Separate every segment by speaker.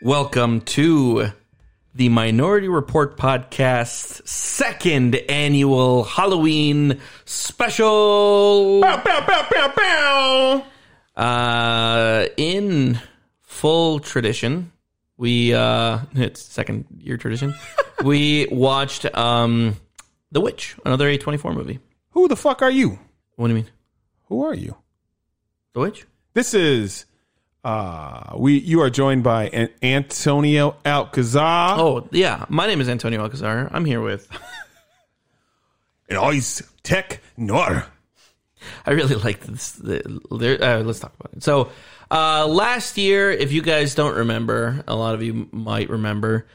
Speaker 1: Welcome to the Minority Report Podcast's second annual Halloween special. Uh, in full tradition, we uh, it's second year tradition. we watched um, The Witch, another A24 movie.
Speaker 2: Who the fuck are you?
Speaker 1: What do you mean,
Speaker 2: Who are you?
Speaker 1: The Witch?
Speaker 2: This is uh we you are joined by An- Antonio Alcazar.
Speaker 1: Oh yeah, my name is Antonio Alcazar. I'm here with.
Speaker 2: And always tech nor.
Speaker 1: I really like this. The, there, uh, let's talk about it. So, uh, last year, if you guys don't remember, a lot of you might remember,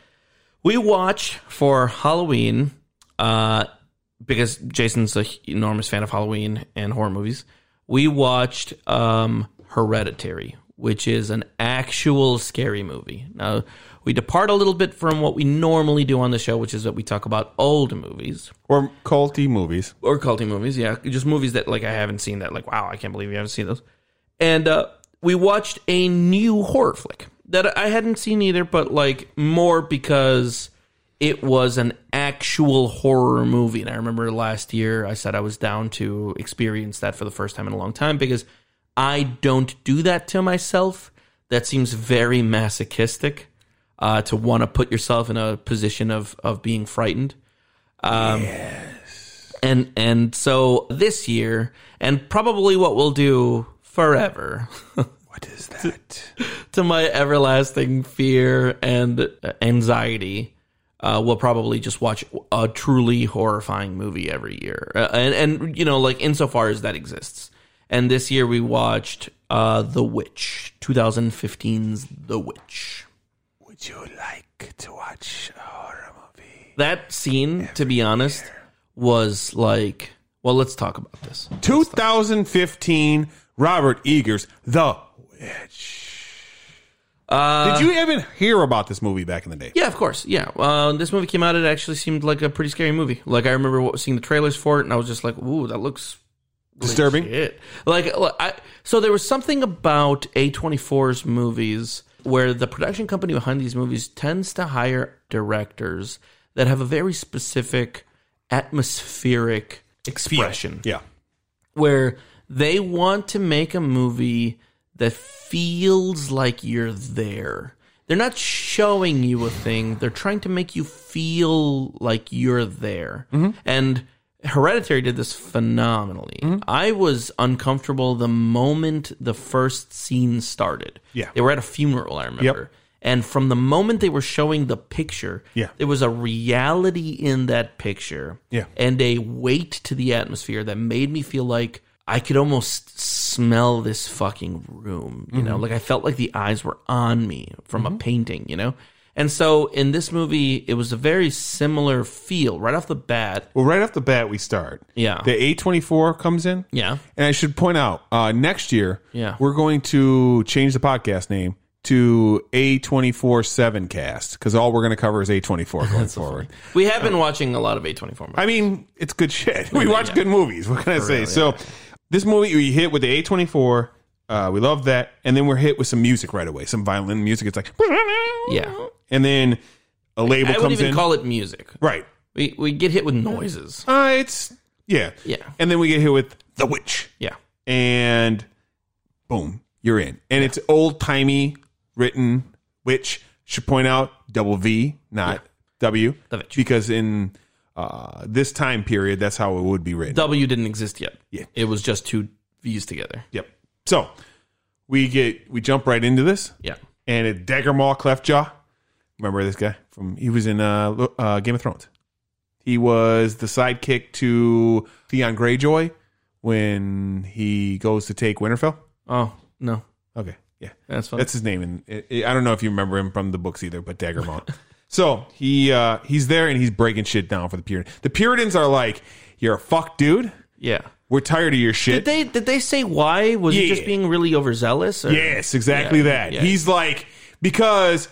Speaker 1: we watched for Halloween uh, because Jason's an enormous fan of Halloween and horror movies. We watched um, Hereditary, which is an actual scary movie. Now, we depart a little bit from what we normally do on the show, which is that we talk about old movies
Speaker 2: Or culty movies.
Speaker 1: or culty movies, yeah, just movies that like I haven't seen that like wow, I can't believe you haven't seen those. And uh, we watched a new horror flick that I hadn't seen either, but like more because it was an actual horror movie. And I remember last year I said I was down to experience that for the first time in a long time because I don't do that to myself. That seems very masochistic uh, to want to put yourself in a position of of being frightened. And and so this year, and probably what we'll do forever,
Speaker 2: What is that?
Speaker 1: to my everlasting fear and anxiety, uh, we'll probably just watch a truly horrifying movie every year. Uh, and and you know, like insofar as that exists. And this year we watched uh, The Witch, 2015's The Witch.
Speaker 2: Would you like to watch a horror movie?
Speaker 1: That scene, to be honest, was like, well, let's talk about this.
Speaker 2: 2015 Robert Eagers The Witch. Did you even hear about this movie back in the day?
Speaker 1: Yeah, of course. Yeah, uh, this movie came out. It actually seemed like a pretty scary movie. Like I remember what- seeing the trailers for it, and I was just like, "Ooh, that looks
Speaker 2: Disturbing.
Speaker 1: legit." Like, l- I, so there was something about A24's movies where the production company behind these movies tends to hire directors that have a very specific atmospheric expression
Speaker 2: Yeah.
Speaker 1: where they want to make a movie that feels like you're there. They're not showing you a thing. They're trying to make you feel like you're there.
Speaker 2: Mm-hmm.
Speaker 1: And Hereditary did this phenomenally.
Speaker 2: Mm-hmm.
Speaker 1: I was uncomfortable the moment the first scene started.
Speaker 2: Yeah.
Speaker 1: They were at a funeral, I remember. And from the moment they were showing the picture,
Speaker 2: Yeah.
Speaker 1: there was a reality in that picture
Speaker 2: Yeah.
Speaker 1: and a weight to the atmosphere that made me feel like I could almost smell this fucking room, you
Speaker 2: Mm-hmm.
Speaker 1: know? Like I felt like the eyes were on me from a painting, you know? And so in this movie, it was a very similar feel right off the bat.
Speaker 2: Well, right off the bat, we start.
Speaker 1: Yeah.
Speaker 2: The A24 comes in.
Speaker 1: Yeah.
Speaker 2: And I should point out, uh, next year,
Speaker 1: Yeah.
Speaker 2: we're going to change the podcast name to A247 Cast because all we're going to cover is A24 going forward.
Speaker 1: We have been watching a lot of A24 movies.
Speaker 2: I mean, it's good shit. We watch good movies. What can I say? so, this movie we hit with the A24. Uh, we love that. And then we're hit with some music right away, some violin music. It's like,
Speaker 1: yeah.
Speaker 2: and then a label
Speaker 1: I would
Speaker 2: comes
Speaker 1: even
Speaker 2: in.
Speaker 1: call it music.
Speaker 2: right.
Speaker 1: We, we get hit with noises.
Speaker 2: Uh, it's, yeah.
Speaker 1: Yeah.
Speaker 2: And then we get hit with The Witch.
Speaker 1: Yeah.
Speaker 2: and boom, you're in. And it's old timey written, which should point out double V, not W,
Speaker 1: The Witch.
Speaker 2: because in uh, this time period, that's how it would be written.
Speaker 1: W didn't exist yet.
Speaker 2: Yeah.
Speaker 1: It was just two V's together.
Speaker 2: yep. So we get we jump right into this,
Speaker 1: Yeah.
Speaker 2: and it Dagger Maw Cleft Jaw. Remember this guy from he was in uh, Lo- uh, Game of Thrones. He was the sidekick to Theon Greyjoy when he goes to take Winterfell.
Speaker 1: Oh, no.
Speaker 2: Okay, yeah.
Speaker 1: That's funny.
Speaker 2: That's his name, and it- it- I don't know if you remember him from the books either, but Daggermont. so he uh, he's there and he's breaking shit down for the Puritan. The Puritans are like, "You're a fuck, dude.
Speaker 1: yeah.
Speaker 2: We're tired of your
Speaker 1: Did
Speaker 2: shit."
Speaker 1: they did they say why? Was he
Speaker 2: Yeah.
Speaker 1: just being really overzealous? Or?
Speaker 2: yes, exactly
Speaker 1: Yeah,
Speaker 2: that.
Speaker 1: yeah.
Speaker 2: He's like because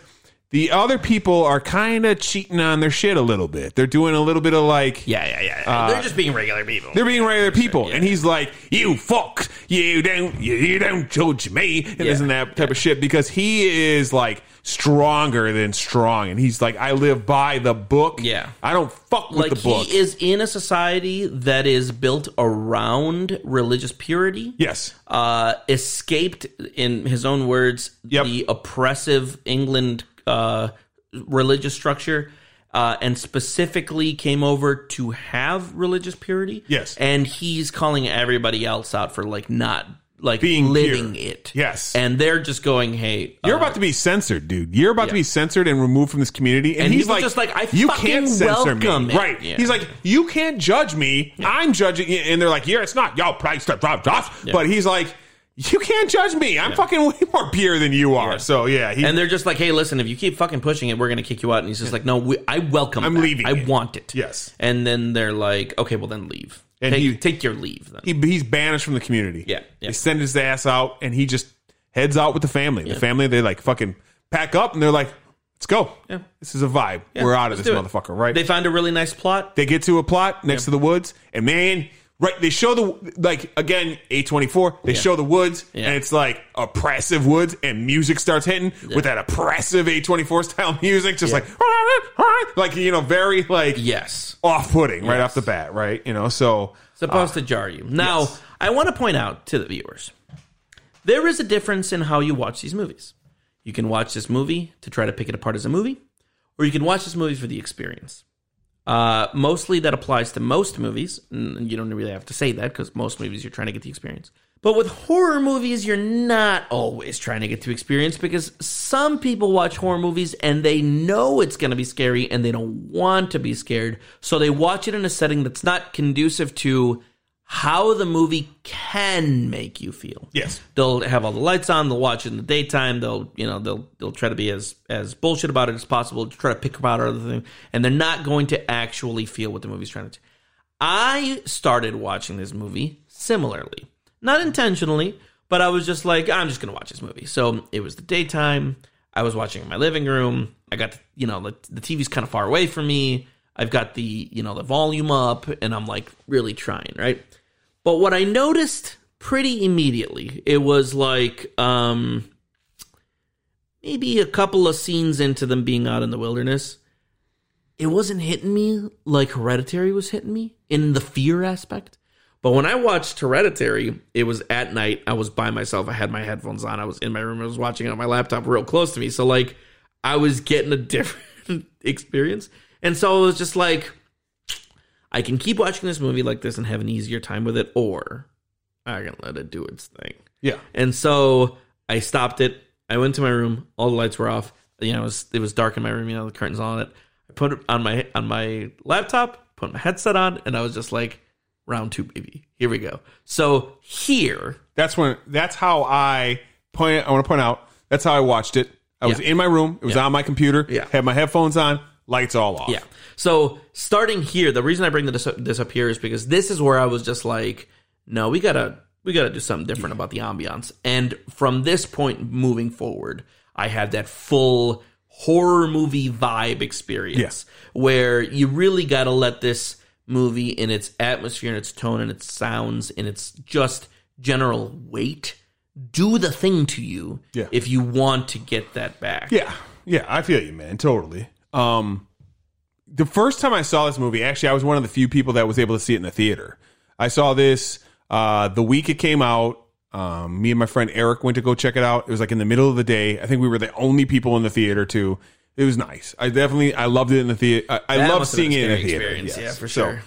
Speaker 2: the other people are kind of cheating on their shit a little bit. They're doing a little bit of like,
Speaker 1: Yeah, yeah, yeah. yeah. Uh, They're just being regular people.
Speaker 2: they're being regular people,
Speaker 1: Yeah.
Speaker 2: and he's like, "You fucks, you don't, you, you don't judge me," and
Speaker 1: Yeah.
Speaker 2: isn't that type of shit because he is like stronger than strong, and he's like, "I live by the book.
Speaker 1: Yeah.
Speaker 2: I don't fuck with
Speaker 1: like
Speaker 2: the book."
Speaker 1: he is in a society that is built around religious purity.
Speaker 2: yes,
Speaker 1: Uh, escaped, in his own words,
Speaker 2: Yep.
Speaker 1: the oppressive England uh, religious structure, uh, and specifically came over to have religious purity.
Speaker 2: Yes.
Speaker 1: and he's calling everybody else out for like not like
Speaker 2: Being
Speaker 1: living
Speaker 2: here.
Speaker 1: it.
Speaker 2: Yes.
Speaker 1: and they're just going, "Hey,
Speaker 2: you're
Speaker 1: uh,
Speaker 2: about to be censored, dude. You're about to be censored and removed from this community, and,
Speaker 1: And
Speaker 2: he's
Speaker 1: he was
Speaker 2: like,
Speaker 1: just like, "I
Speaker 2: you
Speaker 1: fucking
Speaker 2: can't censor me,
Speaker 1: welcome it."
Speaker 2: right?"
Speaker 1: Yeah.
Speaker 2: He's like, "You can't judge me. I'm judging," you." and they're like, "Yeah, it's not y'all price stuff, drop, drop." But he's like. You can't judge me. I'm fucking way more pure than you are. So yeah, he,
Speaker 1: And they're just like, "Hey, listen, if you keep fucking pushing it, we're gonna kick you out." And he's just like, "No, we, I welcome.
Speaker 2: I'm
Speaker 1: that.
Speaker 2: leaving
Speaker 1: I
Speaker 2: it."
Speaker 1: want it."
Speaker 2: Yes.
Speaker 1: And then they're like, "Okay, well then leave.
Speaker 2: And
Speaker 1: take,
Speaker 2: he-
Speaker 1: take your leave then."
Speaker 2: he, he's banished from the community.
Speaker 1: Yeah, yeah.
Speaker 2: They send his ass out and he just heads out with the family. The family, they like fucking pack up and they're like, let's go.
Speaker 1: Yeah.
Speaker 2: This is a vibe. We're out of
Speaker 1: let's
Speaker 2: this
Speaker 1: do it.
Speaker 2: motherfucker, right?
Speaker 1: they
Speaker 2: They,
Speaker 1: find a really nice plot.
Speaker 2: get to a plot next to the woods and man, right, they show the, like, again, A24, they show the woods and it's like oppressive woods and music starts hitting with that oppressive A24 style music, just like, like, you know, very like
Speaker 1: Yes,
Speaker 2: off putting right off the bat, right? You know, so
Speaker 1: supposed to jar you. Now, I want to point out to the viewers, there is a difference in how you watch these movies. You can watch this movie to try to pick it apart as a movie, or you can watch this movie for the experience. Uh, mostly that applies to most movies. And you don't really have to say that because most movies you're trying to get the experience. But with horror movies, you're not always trying to get to experience because some people watch horror movies and they know it's going to be scary and they don't want to be scared. So they watch it in a setting that's not conducive to how the movie can make you feel.
Speaker 2: Yes.
Speaker 1: They'll have all the lights on, they'll watch it in the daytime, they'll you know, they'll they'll try to be as as bullshit about it as possible, to try to pick about other things, and they're not going to actually feel what the movie's trying to do. I started watching this movie similarly. Not intentionally, but I was just like, I'm just gonna watch this movie. So it was the daytime. I was watching in my living room. I got, the, you know, the, the TV's kind of far away from me. I've got the, you know, the volume up, and I'm like really trying, right? But what I noticed pretty immediately, it was like um, maybe a couple of scenes into them being out in the wilderness, it wasn't hitting me like Hereditary was hitting me in the fear aspect. But when I watched Hereditary, it was at night. I was by myself. I had my headphones on. I was in my room. I was watching it on my laptop real close to me. So, like, I was getting a different experience. And so it was just like, I can keep watching this movie like this and have an easier time with it, or I can let it do its thing.
Speaker 2: yeah.
Speaker 1: And so I stopped it. I went to my room. All the lights were off. You know, it was, it was dark in my room. You know, the curtains on it. I put it on my on my laptop. Put my headset on, and I was just like, "Round two, baby. Here we go." So here,
Speaker 2: That's when. That's how I point. I want to point out. That's how I watched it. I was
Speaker 1: Yeah.
Speaker 2: in my room. It was on my computer.
Speaker 1: Yeah.
Speaker 2: Had my headphones on. Lights all off.
Speaker 1: Yeah. So starting here, the reason I bring this up, this up here is because this is where I was just like, no, we gotta we gotta do something different about the ambiance. And from this point moving forward, I had that full horror movie vibe experience
Speaker 2: Yeah.
Speaker 1: where you really gotta let this movie in its atmosphere and its tone and its sounds and its just general weight do the thing to you
Speaker 2: Yeah.
Speaker 1: if you want to get that back.
Speaker 2: Yeah. Yeah. I feel you, man. Totally. Um, the first time I saw this movie, actually, I was one of the few people that was able to see it in the theater. I saw this uh, the week it came out. Um, me and my friend Eric went to go check it out. It was like in the middle of the day. I think we were the only people in the theater too. It was nice. I definitely I loved it in the theater. I, I
Speaker 1: That
Speaker 2: love
Speaker 1: must have been
Speaker 2: seeing
Speaker 1: a
Speaker 2: it in the
Speaker 1: scary
Speaker 2: theater.
Speaker 1: experience.
Speaker 2: yes.
Speaker 1: Yeah, for
Speaker 2: So,
Speaker 1: sure.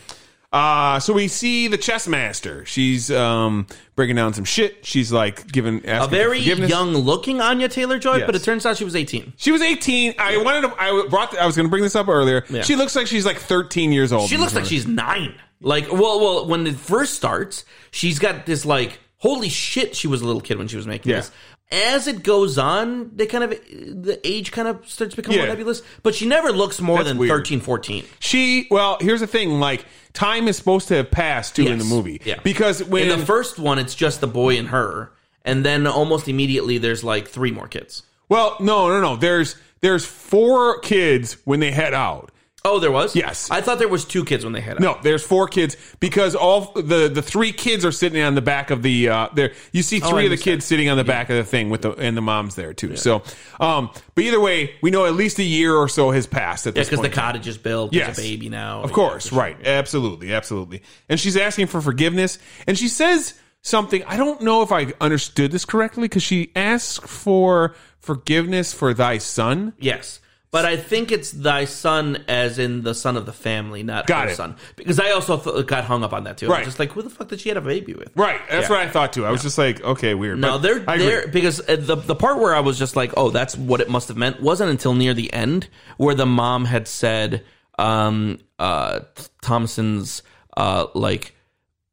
Speaker 2: Uh, so we see the chess master. She's um, breaking down some shit. She's like giving
Speaker 1: a very young looking Anya Taylor Joy, but
Speaker 2: Yes.
Speaker 1: it turns out she was 18.
Speaker 2: She was 18. I wanted to. I brought. I was going to bring this up earlier.
Speaker 1: Yeah.
Speaker 2: She looks like she's like 13 years old.
Speaker 1: She looks like she's nine. Like, well, well, when it first starts, she's got this like, holy shit, she was a little kid when she was making
Speaker 2: Yeah.
Speaker 1: this. As it goes on, they kind of the age kind of starts becoming more
Speaker 2: Yeah.
Speaker 1: nebulous, but she never looks more
Speaker 2: That's
Speaker 1: than
Speaker 2: weird.
Speaker 1: thirteen, fourteen. 13, 14.
Speaker 2: She. Well, here's the thing. Like time is supposed to have passed too in the
Speaker 1: Yes.
Speaker 2: movie.
Speaker 1: Yeah.
Speaker 2: Because when
Speaker 1: In the first one, it's just the boy and her, and then almost immediately there's like three more kids.
Speaker 2: well, no, no, no. There's There's four kids when they head out.
Speaker 1: Oh, there was.
Speaker 2: Yes.
Speaker 1: I thought there was two kids when they head out.
Speaker 2: No, there's four kids because all the the three kids are sitting on the back of the uh there you see three of the
Speaker 1: understand.
Speaker 2: kids sitting on the back of the thing with the and the mom's there too. So um but either way, we know at least a year or so has passed at this
Speaker 1: because the
Speaker 2: point.
Speaker 1: cottage is built.
Speaker 2: Yes.
Speaker 1: There's a baby now.
Speaker 2: Of course, right. Absolutely, absolutely. And she's asking for forgiveness and she says something I don't know if I understood this correctly cuz she asks for forgiveness for thy son.
Speaker 1: Yes. But I think it's thy son, as in the son of the family, not
Speaker 2: Got
Speaker 1: her
Speaker 2: it.
Speaker 1: son. Because I also th- got hung up on that too. I
Speaker 2: Right.
Speaker 1: was just like, who the fuck did she have a baby with?
Speaker 2: Right, that's what I thought too. I was just like, okay, weird.
Speaker 1: No,
Speaker 2: But
Speaker 1: they're
Speaker 2: I agree.
Speaker 1: they're because uh, the the part where I was just like, oh, that's what it must have meant wasn't until near the end where the mom had said, um, uh, Th- Thompson's uh, like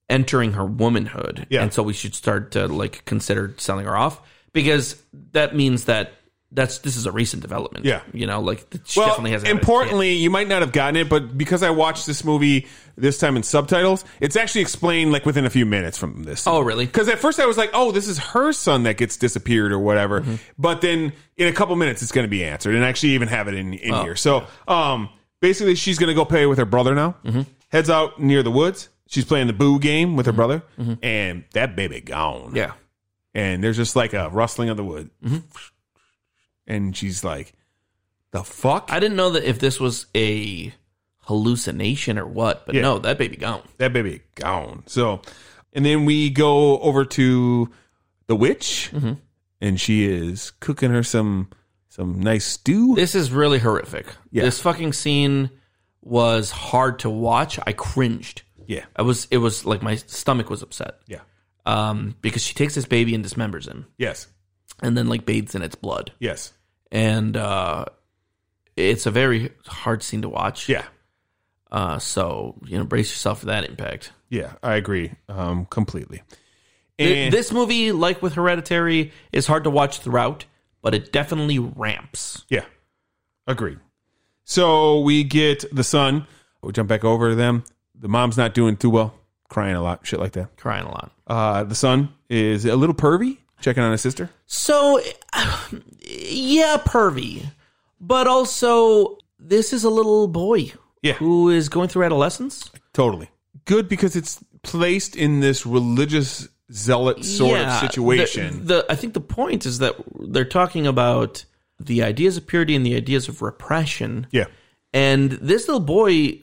Speaker 1: entering her womanhood,
Speaker 2: Yeah.
Speaker 1: and so we should start to like consider selling her off because that means that that's this is a recent development.
Speaker 2: Yeah.
Speaker 1: you know, like th- she definitely has
Speaker 2: Importantly, you might not have gotten it, but because I watched this movie this time in subtitles, it's actually explained like within a few minutes from this.
Speaker 1: Oh, really?
Speaker 2: Because at first I was like, "Oh, this is her son that gets disappeared or whatever,"
Speaker 1: Mm-hmm.
Speaker 2: but then in a couple minutes it's going to be answered, and I actually even have it in in
Speaker 1: Oh,
Speaker 2: here. So, um, basically, she's going to go play with her brother now.
Speaker 1: Mm-hmm.
Speaker 2: Heads out near the woods. She's playing the boo game with her brother, and that baby gone
Speaker 1: Mm-hmm. yeah, Mm-hmm.
Speaker 2: and there's just like a rustling of the wood. And she's like, the fuck?
Speaker 1: I didn't know that if this was a hallucination or what, but no, that baby gone.
Speaker 2: that baby gone. So, and then we go over to the witch,
Speaker 1: Mm-hmm.
Speaker 2: and she is cooking her some some nice stew.
Speaker 1: This is really horrific.
Speaker 2: Yeah.
Speaker 1: This fucking scene was hard to watch. I cringed.
Speaker 2: yeah,
Speaker 1: I was it was like my stomach was upset.
Speaker 2: yeah,
Speaker 1: Um because she takes this baby and dismembers him
Speaker 2: yes,
Speaker 1: and then like bathes in its blood.
Speaker 2: yes,
Speaker 1: And uh it's a very hard scene to watch.
Speaker 2: yeah,
Speaker 1: Uh so, you know, brace yourself for that impact.
Speaker 2: yeah. I agree um, completely.
Speaker 1: Th-
Speaker 2: And
Speaker 1: this movie, like with Hereditary, is hard to watch throughout, but it definitely ramps.
Speaker 2: Yeah. Agreed. So we get the son. We jump back over to them. The mom's not doing too well, crying a lot, shit like that.
Speaker 1: Crying a lot.
Speaker 2: Uh, the son is a little pervy, checking on his sister.
Speaker 1: So, yeah, pervy, but also this is a little boy
Speaker 2: Yeah.
Speaker 1: who is going through adolescence.
Speaker 2: Totally. Good because it's placed in this religious zealot sort
Speaker 1: Yeah,
Speaker 2: of situation.
Speaker 1: The, the- I think the point is that they're talking about the ideas of purity and the ideas of repression,
Speaker 2: yeah.
Speaker 1: and this little boy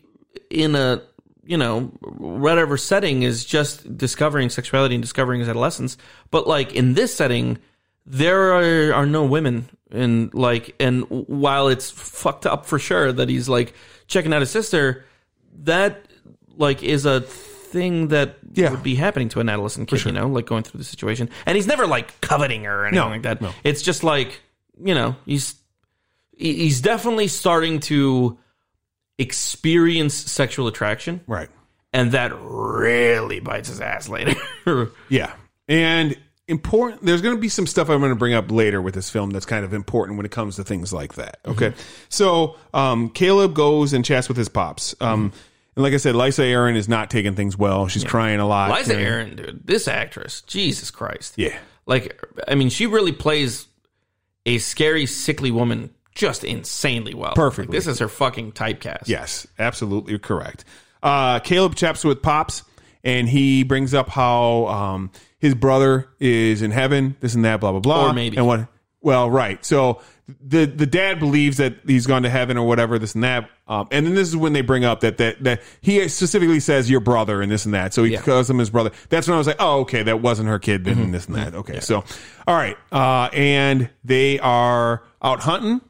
Speaker 1: in a you know whatever setting is just discovering sexuality and discovering his adolescence. But like in this setting. there are, are no women and like and while it's fucked up for sure that he's like checking out his sister that like is a thing that
Speaker 2: Yeah.
Speaker 1: would be happening to an adolescent kid you know like going through the situation and he's never like coveting her or anything
Speaker 2: No,
Speaker 1: like that
Speaker 2: no.
Speaker 1: it's just like you know he's he- he's definitely starting to experience sexual attraction
Speaker 2: Right.
Speaker 1: and that really bites his ass later
Speaker 2: Yeah. And important there's going to be some stuff I'm going to bring up later with this film that's kind of important when it comes to things like that. Okay. So, um Caleb goes and chats with his pops. Um and like I said, Lisa Aaron is not taking things well. She's crying a lot.
Speaker 1: Liza
Speaker 2: And-
Speaker 1: Aaron, dude, this actress, Jesus Christ.
Speaker 2: Yeah.
Speaker 1: Like, I mean, she really plays a scary, sickly woman just insanely well.
Speaker 2: Perfectly.
Speaker 1: Like, this is her fucking typecast.
Speaker 2: Yes, absolutely correct. Uh, Caleb chaps with Pops, and he brings up how um, his brother is in heaven, this and that, blah blah blah.
Speaker 1: Or maybe.
Speaker 2: and what? Well, right. So the the dad believes that he's gone to heaven or whatever, this and that. Um, and then this is when they bring up that that that he specifically says your brother and this and that. So he calls him his brother. That's when I was like, oh, okay, that wasn't her kid.
Speaker 1: Mm-hmm.
Speaker 2: Then and this and that. Okay, so all right, uh, and they are out hunting,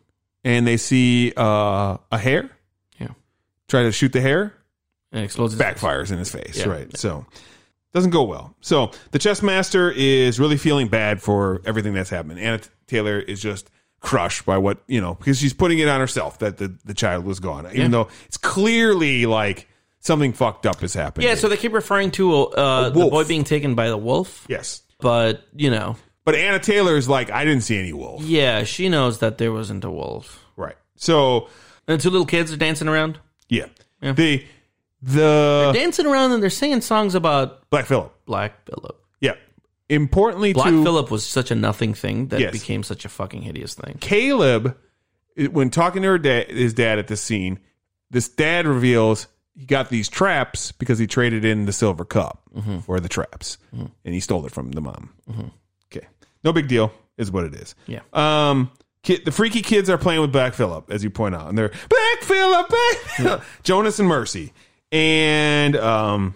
Speaker 2: and they see uh, a hare
Speaker 1: Yeah.
Speaker 2: try to shoot the hare,
Speaker 1: And explodes. his-
Speaker 2: backfires in his face.
Speaker 1: Yeah.
Speaker 2: Right. So doesn't go well. So the chess master is really feeling bad for everything that's happened. Anna Taylor is just crushed by what you know because she's putting it on herself that the, the child was gone, even though it's clearly like something fucked up has happened.
Speaker 1: Yeah, so they keep referring to uh, the
Speaker 2: wolf.
Speaker 1: boy being taken by the wolf,
Speaker 2: Yes.
Speaker 1: but you know,
Speaker 2: But Anna Taylor is like, I didn't see any wolf.
Speaker 1: yeah, she knows that there wasn't a wolf.
Speaker 2: Right. So
Speaker 1: And two little kids are dancing around,
Speaker 2: yeah, the the
Speaker 1: dancing around, and they're singing songs about
Speaker 2: Black Phillip.
Speaker 1: Black Phillip.
Speaker 2: Yeah. Importantly
Speaker 1: Black
Speaker 2: to
Speaker 1: Phillip was such a nothing thing that
Speaker 2: Yes.
Speaker 1: became such a fucking hideous thing.
Speaker 2: Caleb it- when talking to her dad, his dad at this scene, this dad reveals he got these traps because he traded in the silver cup for the traps, and he stole it from the mom. Okay, no big deal, is what it is.
Speaker 1: Yeah.
Speaker 2: Um, kid, the freaky kids are playing with Black Phillip, as you point out, and they're Black Phillip, Black Phillip, Jonas and Mercy, and um,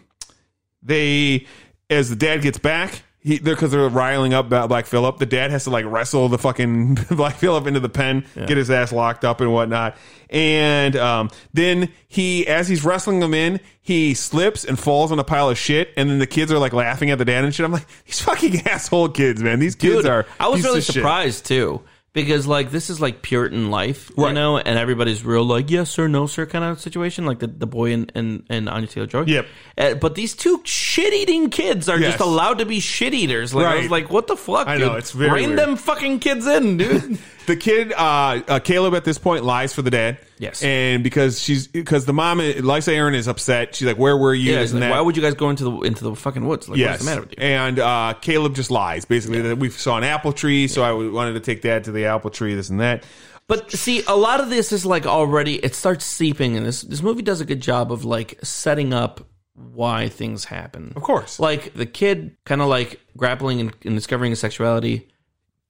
Speaker 2: they as the dad gets back he they're because they're riling up about black phillip the dad has to like wrestle the fucking black phillip into the pen get his ass locked up and whatnot and um, then he as he's wrestling him in he slips and falls on a pile of shit and then the kids are like laughing at the dad and shit i'm like these fucking asshole kids man these kids
Speaker 1: Dude,
Speaker 2: are
Speaker 1: I was
Speaker 2: pieces
Speaker 1: really
Speaker 2: of shit.
Speaker 1: surprised too because like this is like Puritan life, you
Speaker 2: Right.
Speaker 1: know, and everybody's real like yes sir, no sir kind of situation, like the, the boy and and and Anya Taylor Joy.
Speaker 2: Yep.
Speaker 1: Uh, but these two shit eating kids are
Speaker 2: Yes.
Speaker 1: just allowed to be shit eaters. Like I was
Speaker 2: Right.
Speaker 1: like, what the fuck?
Speaker 2: I know,
Speaker 1: dude?
Speaker 2: it's very
Speaker 1: rein
Speaker 2: weird.
Speaker 1: them fucking kids in, dude.
Speaker 2: the kid uh, uh caleb at this point lies for the dad
Speaker 1: Yes.
Speaker 2: and because she's because the mom lisa aaron is upset she's like where were you
Speaker 1: yeah,
Speaker 2: This and
Speaker 1: like,
Speaker 2: that.
Speaker 1: why would you guys go into the into the fucking woods? Like, what's the matter with you?
Speaker 2: And uh, Caleb just lies. Basically, that we saw an apple tree, so I wanted to take dad to the apple tree, this and that.
Speaker 1: But see, a lot of this is like already it starts seeping, and this this movie does a good job of like setting up why things happen.
Speaker 2: Of course.
Speaker 1: like the kid kind of like grappling and, and discovering his sexuality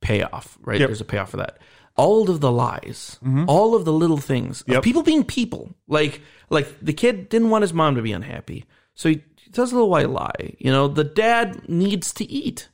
Speaker 1: payoff right
Speaker 2: Yep. Mm-hmm.
Speaker 1: there's a payoff for that all of the lies all of the little things of
Speaker 2: Yep.
Speaker 1: people being people like like the kid didn't want his mom to be unhappy so he tells a little white lie you know the dad needs to eat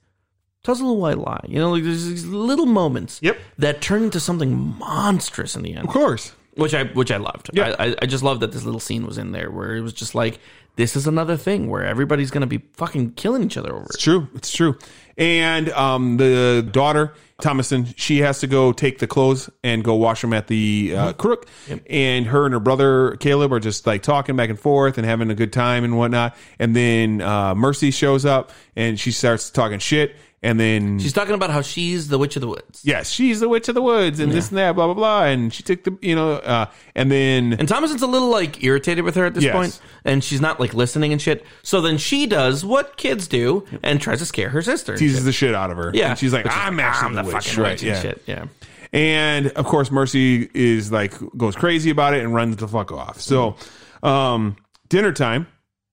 Speaker 1: tells a little white lie you know like there's these little moments
Speaker 2: Yep.
Speaker 1: that turn into something monstrous in the end
Speaker 2: of course.
Speaker 1: which I which I loved.
Speaker 2: Yeah.
Speaker 1: I, I I just loved that this little scene was in there where it was just like this is another thing where everybody's gonna be fucking killing each other over it.
Speaker 2: It's true. It's true. And um, the daughter, Thomason, she has to go take the clothes and go wash them at the uh,
Speaker 1: Mm-hmm.
Speaker 2: crook. And her and her brother, Caleb, are just like talking back and forth and having a good time and whatnot. And then uh, Mercy shows up and she starts talking shit. And then
Speaker 1: She's talking about how she's the witch of the woods,
Speaker 2: yes, she's the witch of the woods and this and that, blah blah blah. And she took the you know, uh, and then
Speaker 1: and Thomason's a little like irritated with her at this
Speaker 2: Yes.
Speaker 1: point, and she's not like listening and shit. So then she does what kids do and tries to scare her sister. and
Speaker 2: teases
Speaker 1: shit.
Speaker 2: the shit out of her.
Speaker 1: yeah,
Speaker 2: and she's like,
Speaker 1: Which is,
Speaker 2: I'm actually
Speaker 1: "I'm
Speaker 2: the, witch.
Speaker 1: fucking
Speaker 2: right?
Speaker 1: witch and
Speaker 2: yeah.
Speaker 1: shit. Yeah,
Speaker 2: And of course, Mercy is like goes crazy about it and runs the fuck off. So, um, dinner time,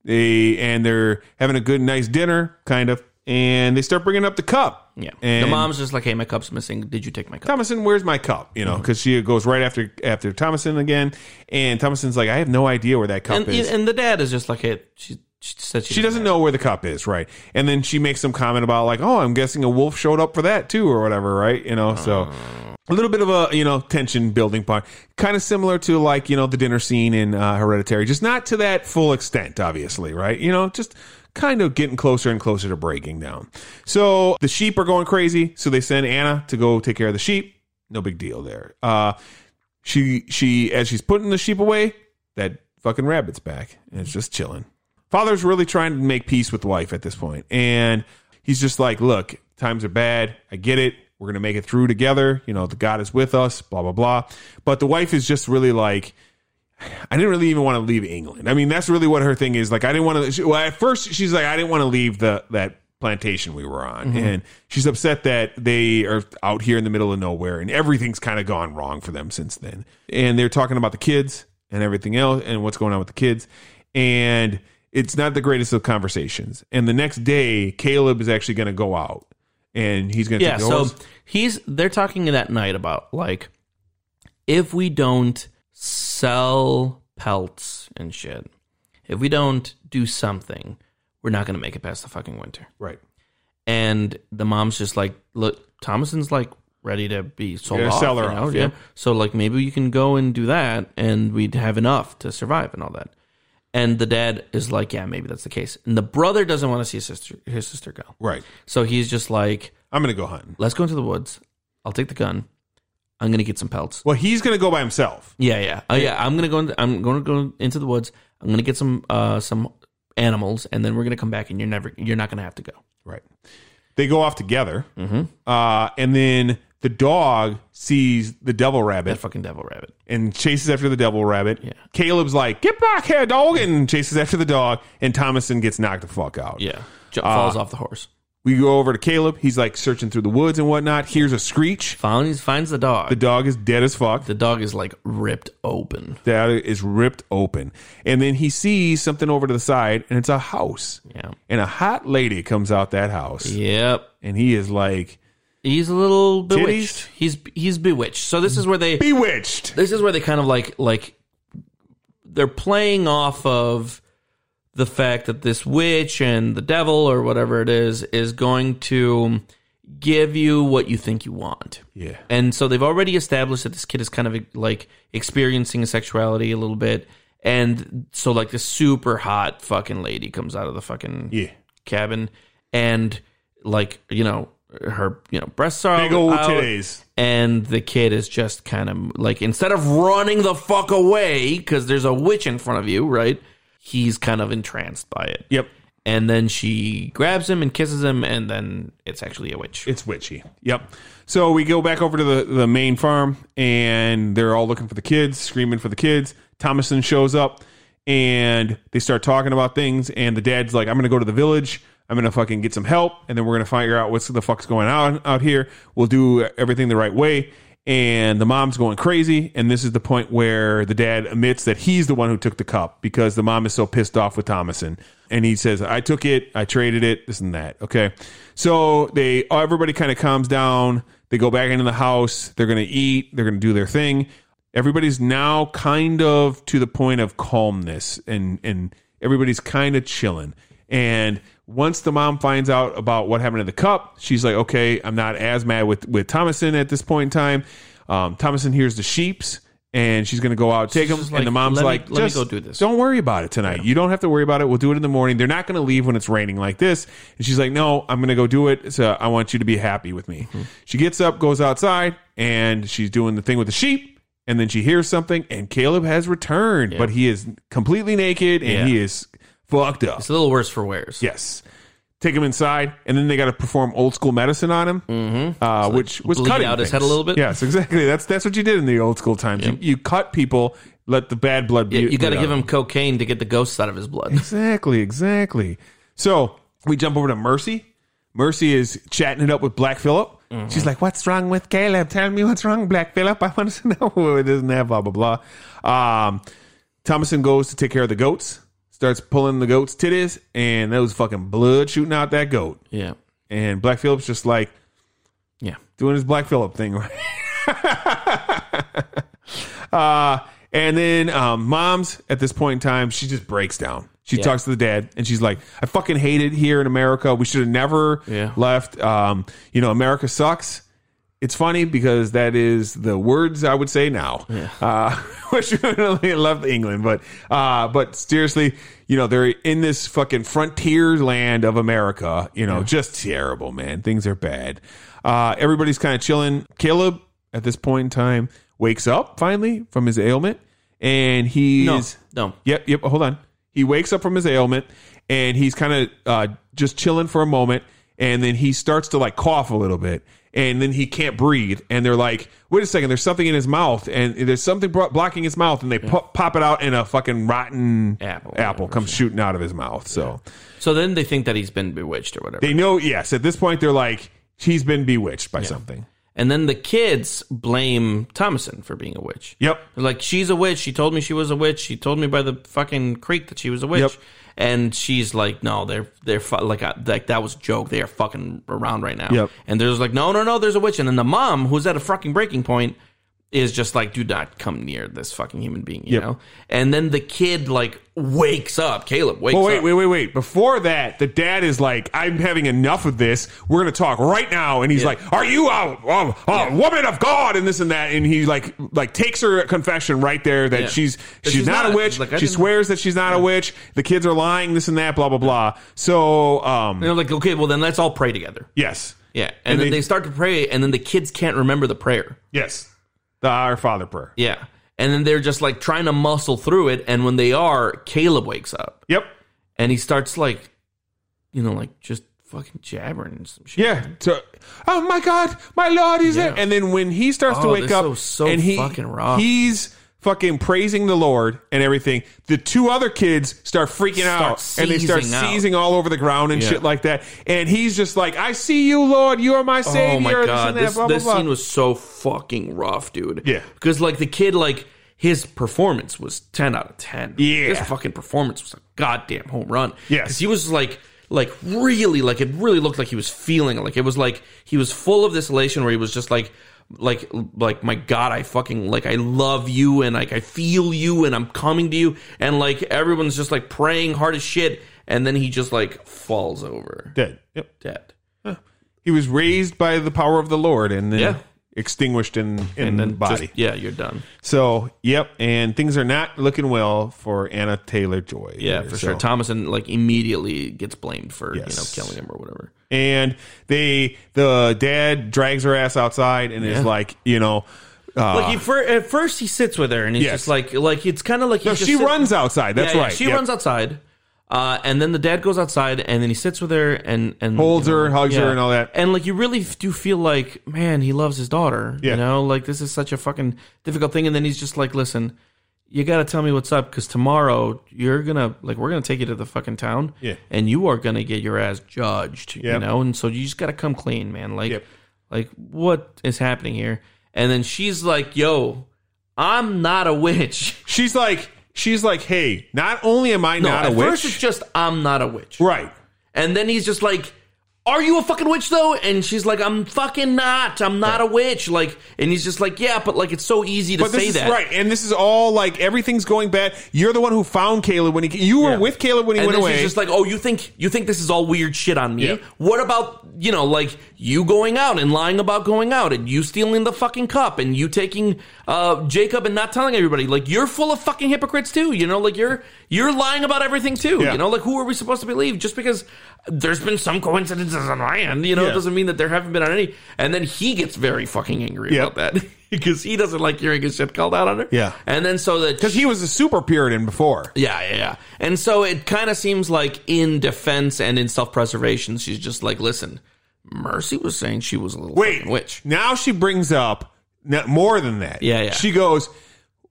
Speaker 2: they and they're having a good, nice dinner, kind of, and they start bringing up the cup.
Speaker 1: yeah.
Speaker 2: and
Speaker 1: the mom's just like, "Hey, my cup's missing. Did you take my cup?"
Speaker 2: Thomason, where's my cup? You
Speaker 1: Mm-hmm.
Speaker 2: know, because she goes right after after Thomason again, and Thomason's like, I have no idea where that cup
Speaker 1: and,
Speaker 2: is.
Speaker 1: and the dad is just like, "Hey, she, she said she,
Speaker 2: She doesn't know where the cup is, right? And then she makes some comment about like, "Oh, I'm guessing a wolf showed up for that too, or whatever," right? You know, so a little bit of a you know tension building part, kind of similar to like you know the dinner scene in uh, Hereditary, just not to that full extent, obviously, right? You know, just kind of getting closer and closer to breaking down. So the sheep are going crazy, so they send Anna to go take care of the sheep. No big deal there. Uh, she she as she's putting the sheep away, that fucking rabbit's back and it's just chilling. Father's really trying to make peace with wife at this point, and he's just like, "Look, times are bad. I get it. We're gonna make it through together. You know, the God is with us. Blah blah blah." But the wife is just really like. I didn't really even want to leave England. I mean, that's really what her thing is. Like, I didn't want to. She, well, at first, she's like, I didn't want to leave the that plantation we were
Speaker 1: Mm-hmm.
Speaker 2: on, and she's upset that they are out here in the middle of nowhere, and everything's kind of gone wrong for them since then. And they're talking about the kids and everything else, and what's going on with the kids, and it's not the greatest of conversations. And the next day, Caleb is actually going to go out, and he's going to
Speaker 1: Yeah, so he's they're talking that night about like if we don't sell pelts and shit, if we don't do something, we're not gonna make it past the fucking winter.
Speaker 2: right.
Speaker 1: And the mom's just like, look, Thomason's like ready to be sold
Speaker 2: Yeah,
Speaker 1: off.
Speaker 2: sell her
Speaker 1: you know?
Speaker 2: off, yeah.
Speaker 1: So like maybe you can go and do that, and we'd have enough to survive and all that. And the dad is like, yeah, maybe that's the case. And the brother doesn't want to see his sister his sister go.
Speaker 2: Right.
Speaker 1: So he's just like,
Speaker 2: I'm going to go hunting.
Speaker 1: let's go into the woods. I'll take the gun. I'm gonna get some pelts.
Speaker 2: Well, he's going to go by himself.
Speaker 1: Yeah, yeah, oh yeah. I'm gonna go. In, I'm gonna go into the woods. I'm gonna get some uh some animals, and then we're gonna come back, and you're never you're not gonna have to go.
Speaker 2: Right. They go off together. Uh, and then the dog sees the devil
Speaker 1: That
Speaker 2: rabbit
Speaker 1: fucking devil rabbit.
Speaker 2: and chases after the devil rabbit. Caleb's like, get back here, dog, and chases after the dog. And Thomason gets knocked the fuck out.
Speaker 1: Yeah, J- falls off the horse.
Speaker 2: We go over to Caleb. He's like searching through the woods and whatnot. Here's a screech.
Speaker 1: Finds finds the dog.
Speaker 2: The dog is dead as fuck.
Speaker 1: the dog is like ripped open.
Speaker 2: That is ripped open. And then he sees something over to the side, and it's a house.
Speaker 1: Yeah.
Speaker 2: And a hot lady comes out that house,
Speaker 1: Yep.
Speaker 2: and he is like
Speaker 1: He's a little bewitched.
Speaker 2: Titties?
Speaker 1: He's he's bewitched. So this is where they
Speaker 2: bewitched.
Speaker 1: this is where they kind of like like they're playing off of the fact that this witch and the devil or whatever it is is going to give you what you think you want.
Speaker 2: Yeah.
Speaker 1: And so they've already established that this kid is kind of like experiencing a sexuality a little bit. And so like this super hot fucking lady comes out of the fucking
Speaker 2: Yeah.
Speaker 1: cabin and like, you know, her, you know, breasts are
Speaker 2: Big old
Speaker 1: out
Speaker 2: titties.
Speaker 1: and the kid is just kind of like instead of running the fuck away because there's a witch in front of you right he's kind of entranced by it
Speaker 2: Yep.
Speaker 1: and then she grabs him and kisses him and then it's actually a witch
Speaker 2: It's witchy. Yep. So we go back over to the, the main farm, and they're all looking for the kids, screaming for the kids. Thomason shows up, and they start talking about things. And the dad's like, "I'm going to go to the village. I'm going to fucking get some help, and then we're going to figure out what's the fuck's going on out here. We'll do everything the right way." And the mom's going crazy, and this is the point where the dad admits that he's the one who took the cup because the mom is so pissed off with Thomason, and he says, "I took it, I traded it, this and that." Okay, so they everybody kind of calms down. They go back into the house. They're going to eat. They're going to do their thing. Everybody's now kind of to the point of calmness, and and everybody's kind of chilling. And once the mom finds out about what happened to the cup, she's like, "Okay, I'm not as mad with with Thomason at this point in time." Um, Thomason hears the sheeps, and she's going to go out and take them.
Speaker 1: just
Speaker 2: and the
Speaker 1: like,
Speaker 2: mom's
Speaker 1: "Let me-
Speaker 2: like,
Speaker 1: let me
Speaker 2: "Just
Speaker 1: go do this."
Speaker 2: don't worry about it tonight. You don't have to worry about it. We'll do it in the morning. They're not going to leave when it's raining like this. And she's like, no, I'm going to go do it. So I want you to be happy with
Speaker 1: Mm-hmm.
Speaker 2: me. She gets up, goes outside, and she's doing the thing with the sheep. And then she hears something, and Caleb has returned, but he is completely naked and
Speaker 1: Yeah.
Speaker 2: he is fucked up.
Speaker 1: it's a little worse for wears
Speaker 2: Yes. Take him inside, and then they got to perform old school medicine on him, mm-hmm. uh, which was
Speaker 1: bleed
Speaker 2: cutting
Speaker 1: out his
Speaker 2: things.
Speaker 1: head a little bit?
Speaker 2: Yes, exactly. That's that's what you did in the old school times. You, you cut people, let the bad blood. Be,
Speaker 1: you, got to
Speaker 2: bleed out.
Speaker 1: give him cocaine to get the ghosts out of his blood
Speaker 2: Exactly, exactly. So we jump over to Mercy. Mercy is chatting it up with Black Phillip. She's like, "What's wrong with Caleb? Tell me what's wrong, Black Phillip. I want to know who it is." And that blah blah blah. Um, Thomason goes to take care of the goats. Starts pulling the goat's titties, and there was fucking blood shooting out that goat.
Speaker 1: yeah
Speaker 2: And Black Phillip's just like
Speaker 1: yeah
Speaker 2: doing his Black Phillip thing, right? uh, and then um, mom's at this point in time, she just breaks down. She talks to the dad and she's like, I fucking hate it here in America. We should have never
Speaker 1: Yeah.
Speaker 2: left. Um, you know, America sucks. It's funny because that is the words I would say now. Uh, which really left England, but uh, but seriously, you know they're in this fucking frontier land of America. You know, just terrible, man. Things are bad. Uh, everybody's kind of chilling. Caleb at this point in time wakes up finally from his ailment, and he's
Speaker 1: no no
Speaker 2: Yep, yep. Hold on. He wakes up from his ailment and he's kind of uh, just chilling for a moment, and then he starts to like cough a little bit, and then he can't breathe. And they're like, "Wait a second, there's something in his mouth, and there's something bro- blocking his mouth." And they pop pop it out, and a fucking rotten
Speaker 1: Apple,
Speaker 2: apple comes shooting out of his mouth. So
Speaker 1: so then they think that he's been bewitched or whatever
Speaker 2: they know, yes, at this point they're like, "He's been bewitched by something."
Speaker 1: and then the kids blame thomason for being a witch
Speaker 2: Yep.
Speaker 1: Like she's a witch. She told me she was a witch. She told me by the fucking creek that she was a witch.
Speaker 2: Yep.
Speaker 1: And she's like, no, they're they're fu- like I, like that was a joke. They are fucking around right now.
Speaker 2: Yep.
Speaker 1: And there's like, no, no, no. There's a witch. And then the mom, who's at a fucking breaking point, is just like, do not come near this fucking human being. You
Speaker 2: Yep.
Speaker 1: know. And then the kid like wakes up. Caleb wakes
Speaker 2: Oh, wait,
Speaker 1: up.
Speaker 2: wait, wait, wait. Before that, the dad is like, I'm having enough of this. We're going to talk right now. And he's like, Are you a, a, a woman of God? And this and that. And he like like takes her confession right there that
Speaker 1: Yeah.
Speaker 2: she's
Speaker 1: That
Speaker 2: she's,
Speaker 1: she's
Speaker 2: not,
Speaker 1: not.
Speaker 2: a witch.
Speaker 1: She's like, I
Speaker 2: she
Speaker 1: didn't-
Speaker 2: swears that she's not a witch. The kids are lying, this and that, blah, blah, blah. So, um,
Speaker 1: And they're like, okay, well then let's all pray together.
Speaker 2: yes.
Speaker 1: Yeah. And,
Speaker 2: And
Speaker 1: then
Speaker 2: they-
Speaker 1: they start to pray, and then the kids can't remember the prayer.
Speaker 2: Yes. The Our Father prayer.
Speaker 1: Yeah. And then they're just like trying to muscle through it. And when they are, Caleb wakes up
Speaker 2: Yep.
Speaker 1: and he starts like, you know, like just fucking jabbering and some shit.
Speaker 2: Yeah. So, oh my God, my Lord, he's
Speaker 1: Yeah.
Speaker 2: there. And then when he starts
Speaker 1: Oh,
Speaker 2: to wake
Speaker 1: this
Speaker 2: up,
Speaker 1: is so
Speaker 2: and he,
Speaker 1: fucking rough.
Speaker 2: he's fucking praising the Lord and everything. The two other kids start freaking
Speaker 1: Start
Speaker 2: out and they start
Speaker 1: seizing out.
Speaker 2: seizing all over the ground and
Speaker 1: Yeah.
Speaker 2: shit like that. And he's just like, "I see you, Lord. You are my savior."
Speaker 1: Oh my
Speaker 2: and
Speaker 1: god,
Speaker 2: and that,
Speaker 1: this,
Speaker 2: blah, blah,
Speaker 1: this
Speaker 2: blah.
Speaker 1: scene was so fucking rough, dude.
Speaker 2: Yeah.
Speaker 1: because like the kid, like his performance was ten out of ten.
Speaker 2: Yeah.
Speaker 1: his fucking performance was a goddamn home run.
Speaker 2: Yes.
Speaker 1: because he was like, like really, like it really looked like he was feeling it. Like it was like he was full of this elation where he was just like. Like, like, my God! I fucking like, I love you, and like, I feel you, and I'm coming to you, and like, everyone's just like praying hard as shit, and then he just like falls over
Speaker 2: dead. Yep.
Speaker 1: dead.
Speaker 2: He was raised by the power of the Lord and then
Speaker 1: Yeah.
Speaker 2: extinguished in in body.
Speaker 1: Just- yeah, you're done.
Speaker 2: so yep, and things are not looking well for Anna Taylor Joy.
Speaker 1: Yeah, for sure. Thomason like immediately gets blamed for you know
Speaker 2: Yes.
Speaker 1: killing him or whatever.
Speaker 2: and they the dad drags her ass outside and is like, you know, uh,
Speaker 1: Like he fir- at first he sits with her and he's
Speaker 2: Yes.
Speaker 1: just like like it's kind of like he's
Speaker 2: no,
Speaker 1: just
Speaker 2: she
Speaker 1: sit-
Speaker 2: runs outside.
Speaker 1: Yeah,
Speaker 2: That's
Speaker 1: yeah,
Speaker 2: right.
Speaker 1: She
Speaker 2: Yep.
Speaker 1: runs outside, uh, and then the dad goes outside and then he sits with her and and
Speaker 2: holds her, hugs her,
Speaker 1: Yeah.
Speaker 2: and all that.
Speaker 1: And like you really f- do feel like, man, he loves his daughter.
Speaker 2: Yeah.
Speaker 1: You know, like this is such a fucking difficult thing. And then he's just like, listen, you gotta tell me what's up because tomorrow you're gonna like we're gonna take you to the fucking town.
Speaker 2: Yeah.
Speaker 1: And you are gonna get your ass judged.
Speaker 2: Yep.
Speaker 1: You know, and so you just gotta come clean, man. Like
Speaker 2: Yep.
Speaker 1: like what is happening here? And then she's like, yo, I'm not a witch.
Speaker 2: She's like, she's like, hey, not only am I not a
Speaker 1: at
Speaker 2: witch,
Speaker 1: first it's just I'm not a witch.
Speaker 2: right?
Speaker 1: And then he's just like, "Are you a fucking witch though?" And she's like, "I'm fucking not. I'm not a witch." Like, and he's just like, "Yeah, but like it's so easy to
Speaker 2: But this
Speaker 1: say
Speaker 2: is
Speaker 1: that."
Speaker 2: right, and this is all like everything's going bad. You're the one who found Caleb when he. You were
Speaker 1: Yeah.
Speaker 2: with Caleb when he
Speaker 1: And
Speaker 2: went
Speaker 1: then
Speaker 2: away.
Speaker 1: she's just like, "Oh, you think you think this is all weird shit on me?
Speaker 2: Yeah.
Speaker 1: What about you know, like you going out and lying about going out, and you stealing the fucking cup, and you taking uh, Jacob and not telling everybody? Like you're full of fucking hypocrites too. You know, like you're you're lying about everything too.
Speaker 2: Yeah.
Speaker 1: You know, like who are we supposed to believe? Just because there's been some coincidences on my end, you know,
Speaker 2: Yeah.
Speaker 1: it doesn't mean that there haven't been on any. And then he gets very fucking angry
Speaker 2: Yeah.
Speaker 1: about that because he doesn't like hearing his shit called out on her.
Speaker 2: Yeah.
Speaker 1: and then so that
Speaker 2: because he was a super Puritan before.
Speaker 1: yeah, yeah, yeah. And so it kind of seems like in defense and in self preservation, she's just like, listen, Mercy was saying she was a little
Speaker 2: Wait,
Speaker 1: fucking witch.
Speaker 2: Now she brings up no- more than that.
Speaker 1: Yeah, yeah.
Speaker 2: She goes,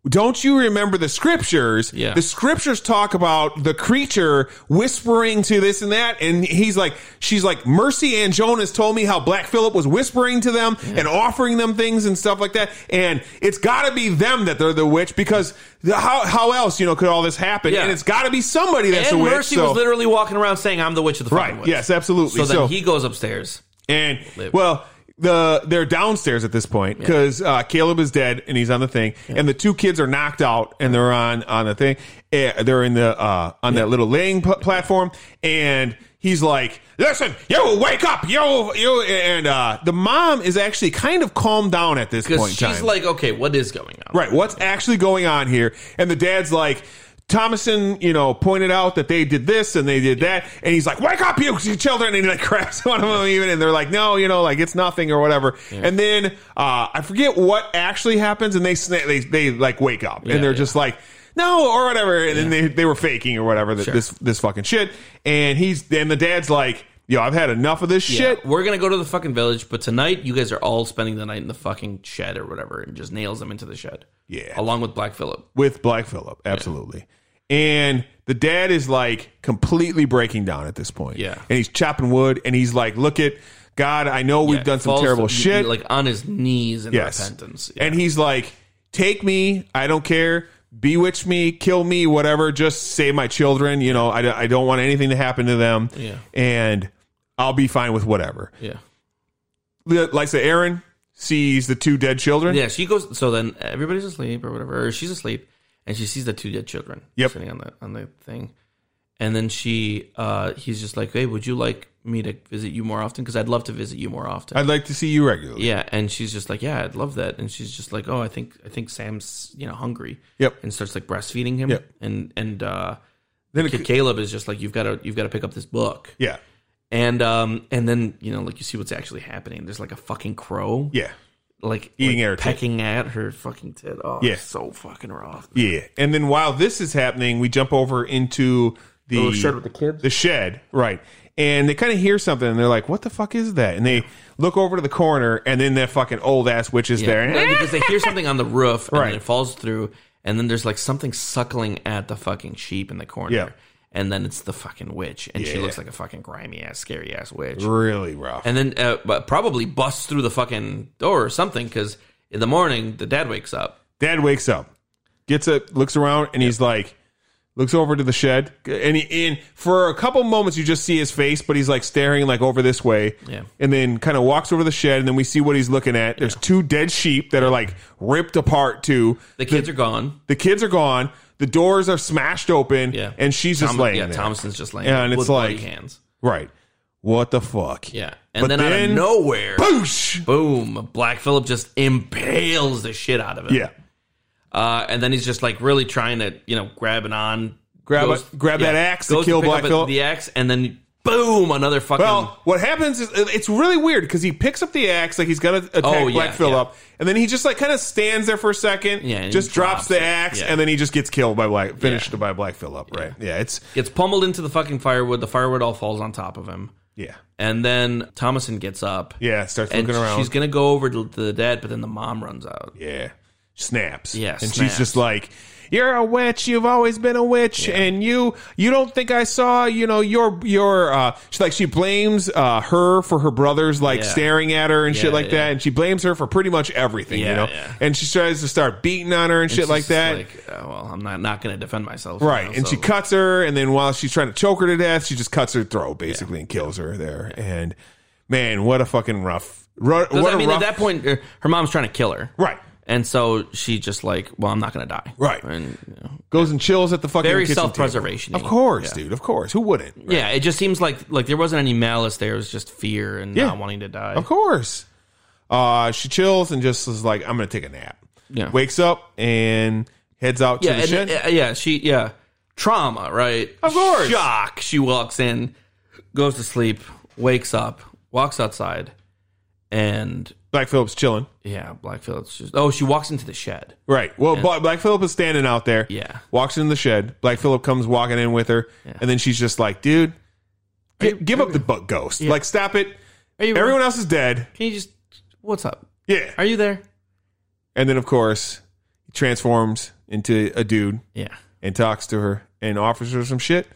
Speaker 2: "Don't you remember the scriptures?
Speaker 1: Yeah.
Speaker 2: The scriptures talk about the creature whispering to this and that." And he's like, "She's like, Mercy and Jonas told me how Black Phillip was whispering to them and offering them things and stuff like that. And it's got to be them that they're the witch because the, how how else you know could all this happen?
Speaker 1: Yeah.
Speaker 2: And it's got to be somebody that's
Speaker 1: and
Speaker 2: a witch.
Speaker 1: Mercy
Speaker 2: so-
Speaker 1: was literally walking around saying, I'm the witch of the fucking
Speaker 2: Right,
Speaker 1: witch.
Speaker 2: yes, absolutely.
Speaker 1: So then
Speaker 2: So-
Speaker 1: he goes upstairs.
Speaker 2: And well, the they're downstairs at this point because uh, Caleb is dead and he's on the thing, and the two kids are knocked out and they're on on the thing. Eh, They're in the uh, on that little laying pl- platform, and he's like, "Listen, yo, wake up, yo, yo!" And uh, the mom is actually kind of calmed down at this
Speaker 1: Because
Speaker 2: point. in
Speaker 1: she's
Speaker 2: time.
Speaker 1: like, okay, what is going on?
Speaker 2: Right. What's actually going on here? And the dad's like, Thomason, you know, pointed out that they did this and they did that. And he's like, wake up, you children. And he like cracks one of them even. And they're like, no, you know, like it's nothing or whatever. And then, uh, I forget what actually happens. And they, sna- they, they like wake up
Speaker 1: Yeah,
Speaker 2: and they're
Speaker 1: yeah.
Speaker 2: just like, no, or whatever. And then they, they were faking or whatever that this, this fucking shit. And he's, and the dad's like, yo, I've had enough of this
Speaker 1: Yeah,
Speaker 2: shit.
Speaker 1: We're gonna go to the fucking village, but tonight you guys are all spending the night in the fucking shed or whatever, and just nails them into the shed.
Speaker 2: Yeah.
Speaker 1: along with Black Phillip.
Speaker 2: with Black Phillip, absolutely. And the dad is like completely breaking down at this point.
Speaker 1: Yeah.
Speaker 2: and he's chopping wood, and he's like, "Look at God, I know we've
Speaker 1: Yeah,
Speaker 2: done some
Speaker 1: falls
Speaker 2: terrible
Speaker 1: to-
Speaker 2: shit."
Speaker 1: like on his knees in
Speaker 2: Yes.
Speaker 1: repentance.
Speaker 2: And he's like, "Take me, I don't care. Bewitch me, kill me, whatever. Just save my children. You know, I, I don't want anything to happen to them.
Speaker 1: Yeah.
Speaker 2: and I'll be fine with whatever."
Speaker 1: yeah.
Speaker 2: Lisa Aaron sees the two dead children.
Speaker 1: Yeah, she goes. So then everybody's asleep or whatever. Or she's asleep, and she sees the two dead children
Speaker 2: Yep.
Speaker 1: sitting on the on the thing. And then she, uh, he's just like, "Hey, would you like me to visit you more often? Because I'd love to visit you more often."
Speaker 2: I'd like to see you regularly.
Speaker 1: yeah, and she's just like, "Yeah, I'd love that." And she's just like, "Oh, I think I think Sam's you know hungry."
Speaker 2: Yep.
Speaker 1: And starts like breastfeeding him.
Speaker 2: Yep.
Speaker 1: And and uh,
Speaker 2: Then
Speaker 1: K-
Speaker 2: it,
Speaker 1: Caleb is just like, "You've got to you've got to pick up this book."
Speaker 2: yeah,
Speaker 1: And um and then you know like you see what's actually happening. There's like a fucking crow
Speaker 2: yeah.
Speaker 1: like
Speaker 2: Eating
Speaker 1: like
Speaker 2: at her tit.
Speaker 1: pecking at her fucking tit. Oh,
Speaker 2: Yeah.
Speaker 1: yeah, so fucking rough.
Speaker 2: Yeah, and then while this is happening, we jump over into the
Speaker 1: Oh, shed with the kids?
Speaker 2: The shed, right? And they kind of hear something, and they're like, "What the fuck is that?" And they look over to the corner, and then that fucking old ass witch is
Speaker 1: Yeah.
Speaker 2: there.
Speaker 1: Well, because they hear something on the roof and
Speaker 2: Right.
Speaker 1: then it falls through and then there's like something suckling at the fucking sheep in the corner.
Speaker 2: Yeah.
Speaker 1: And then it's the fucking witch, and she
Speaker 2: Yeah.
Speaker 1: looks like a fucking grimy ass, scary ass witch.
Speaker 2: Really rough.
Speaker 1: And then uh, but probably busts through the fucking door or something because in the morning the dad wakes up.
Speaker 2: Dad wakes up, gets up, looks around, and he's like, looks over to the shed, and he, and for a couple moments you just see his face, but he's like staring like over this way,
Speaker 1: Yeah.
Speaker 2: and then kind of walks over the shed, and then we see what he's looking at. There's two dead sheep that are like ripped apart too.
Speaker 1: The kids are gone.
Speaker 2: The kids are gone. The doors are smashed open,
Speaker 1: Yeah.
Speaker 2: and she's just
Speaker 1: Tom-
Speaker 2: laying
Speaker 1: yeah,
Speaker 2: there.
Speaker 1: Thompson's just laying
Speaker 2: Yeah,
Speaker 1: there
Speaker 2: and it's
Speaker 1: with bloody
Speaker 2: like-
Speaker 1: hands.
Speaker 2: Right? What the fuck?
Speaker 1: Yeah. And
Speaker 2: But
Speaker 1: then, out of
Speaker 2: then-
Speaker 1: nowhere,
Speaker 2: Boosh.
Speaker 1: boom, Black Phillip just impales the shit out of him.
Speaker 2: Yeah.
Speaker 1: Uh, and then he's just like really trying to, you know, grab it on.
Speaker 2: Grab it- grab that axe to
Speaker 1: goes
Speaker 2: kill
Speaker 1: pick
Speaker 2: Black
Speaker 1: up
Speaker 2: Phillip.
Speaker 1: The axe, and then boom, another fucking.
Speaker 2: Well, what happens is uh, it's really weird because he picks up the axe like he's gonna attack
Speaker 1: Oh, yeah,
Speaker 2: Black Phillip, and then he just like kind of stands there for a second,
Speaker 1: Yeah, and he
Speaker 2: just drops,
Speaker 1: drops
Speaker 2: the
Speaker 1: it.
Speaker 2: axe,
Speaker 1: Yeah.
Speaker 2: and then he just gets killed by Black, finished by Black Phillip. Right? Yeah, it's
Speaker 1: gets pummeled into the fucking firewood. The firewood all falls on top of him.
Speaker 2: yeah,
Speaker 1: And then Thomason gets up.
Speaker 2: yeah. Starts
Speaker 1: And
Speaker 2: looking around.
Speaker 1: she's going to go over to the dad, but then the mom runs out.
Speaker 2: yeah, snaps.
Speaker 1: Yeah,
Speaker 2: and
Speaker 1: snaps.
Speaker 2: she's just like. You're a witch. You've always been a witch, and you you don't think I saw you know your your uh, she like she blames uh, her for her brothers like
Speaker 1: Yeah.
Speaker 2: staring at her and shit
Speaker 1: Yeah,
Speaker 2: like
Speaker 1: yeah.
Speaker 2: that, and she blames her for pretty much everything you
Speaker 1: Yeah,
Speaker 2: know,
Speaker 1: yeah.
Speaker 2: and she tries to start beating on her and, shit like
Speaker 1: She's
Speaker 2: that.
Speaker 1: Like, oh, well, I'm not, not going to defend myself.
Speaker 2: Right.
Speaker 1: you know,
Speaker 2: and she
Speaker 1: so-
Speaker 2: cuts her, and then while she's trying to choke her to death, she just cuts her throat basically and kills her there. And man, what a fucking rough. Ru-
Speaker 1: Because,
Speaker 2: what
Speaker 1: I mean,
Speaker 2: a rough,
Speaker 1: at that point, her her mom's trying to kill her.
Speaker 2: Right.
Speaker 1: And so she just like, well, I'm not going to die.
Speaker 2: Right.
Speaker 1: And, you know,
Speaker 2: Goes and chills at the fucking
Speaker 1: very
Speaker 2: kitchen table.
Speaker 1: self preservation.
Speaker 2: Of course, dude. Of course. Who wouldn't?
Speaker 1: Yeah, it just seems like like there wasn't any malice there. It was just fear and
Speaker 2: Yeah.
Speaker 1: not wanting to die.
Speaker 2: Of course. Uh, she chills and just is like, I'm going to take a nap.
Speaker 1: Yeah.
Speaker 2: Wakes up and heads out
Speaker 1: yeah,
Speaker 2: to the shed.
Speaker 1: and, uh, yeah, she yeah, trauma, right?
Speaker 2: Of course.
Speaker 1: shock. She walks in, goes to sleep, wakes up, walks outside, and
Speaker 2: Black Phillip's chilling.
Speaker 1: yeah, Black Phillip's just oh, she walks into the shed.
Speaker 2: Right. Well, Bla- Black Phillip is standing out there.
Speaker 1: Yeah.
Speaker 2: Walks in the shed. Black Phillip comes walking in with her, and then she's just like, "Dude, gi- give up the buck ghost. Like, stop it.
Speaker 1: Are you
Speaker 2: Everyone else is dead.
Speaker 1: Can you just what's up?
Speaker 2: Yeah."
Speaker 1: Are you there?
Speaker 2: And then, of course, he transforms into a dude
Speaker 1: Yeah.
Speaker 2: and talks to her and offers her some shit.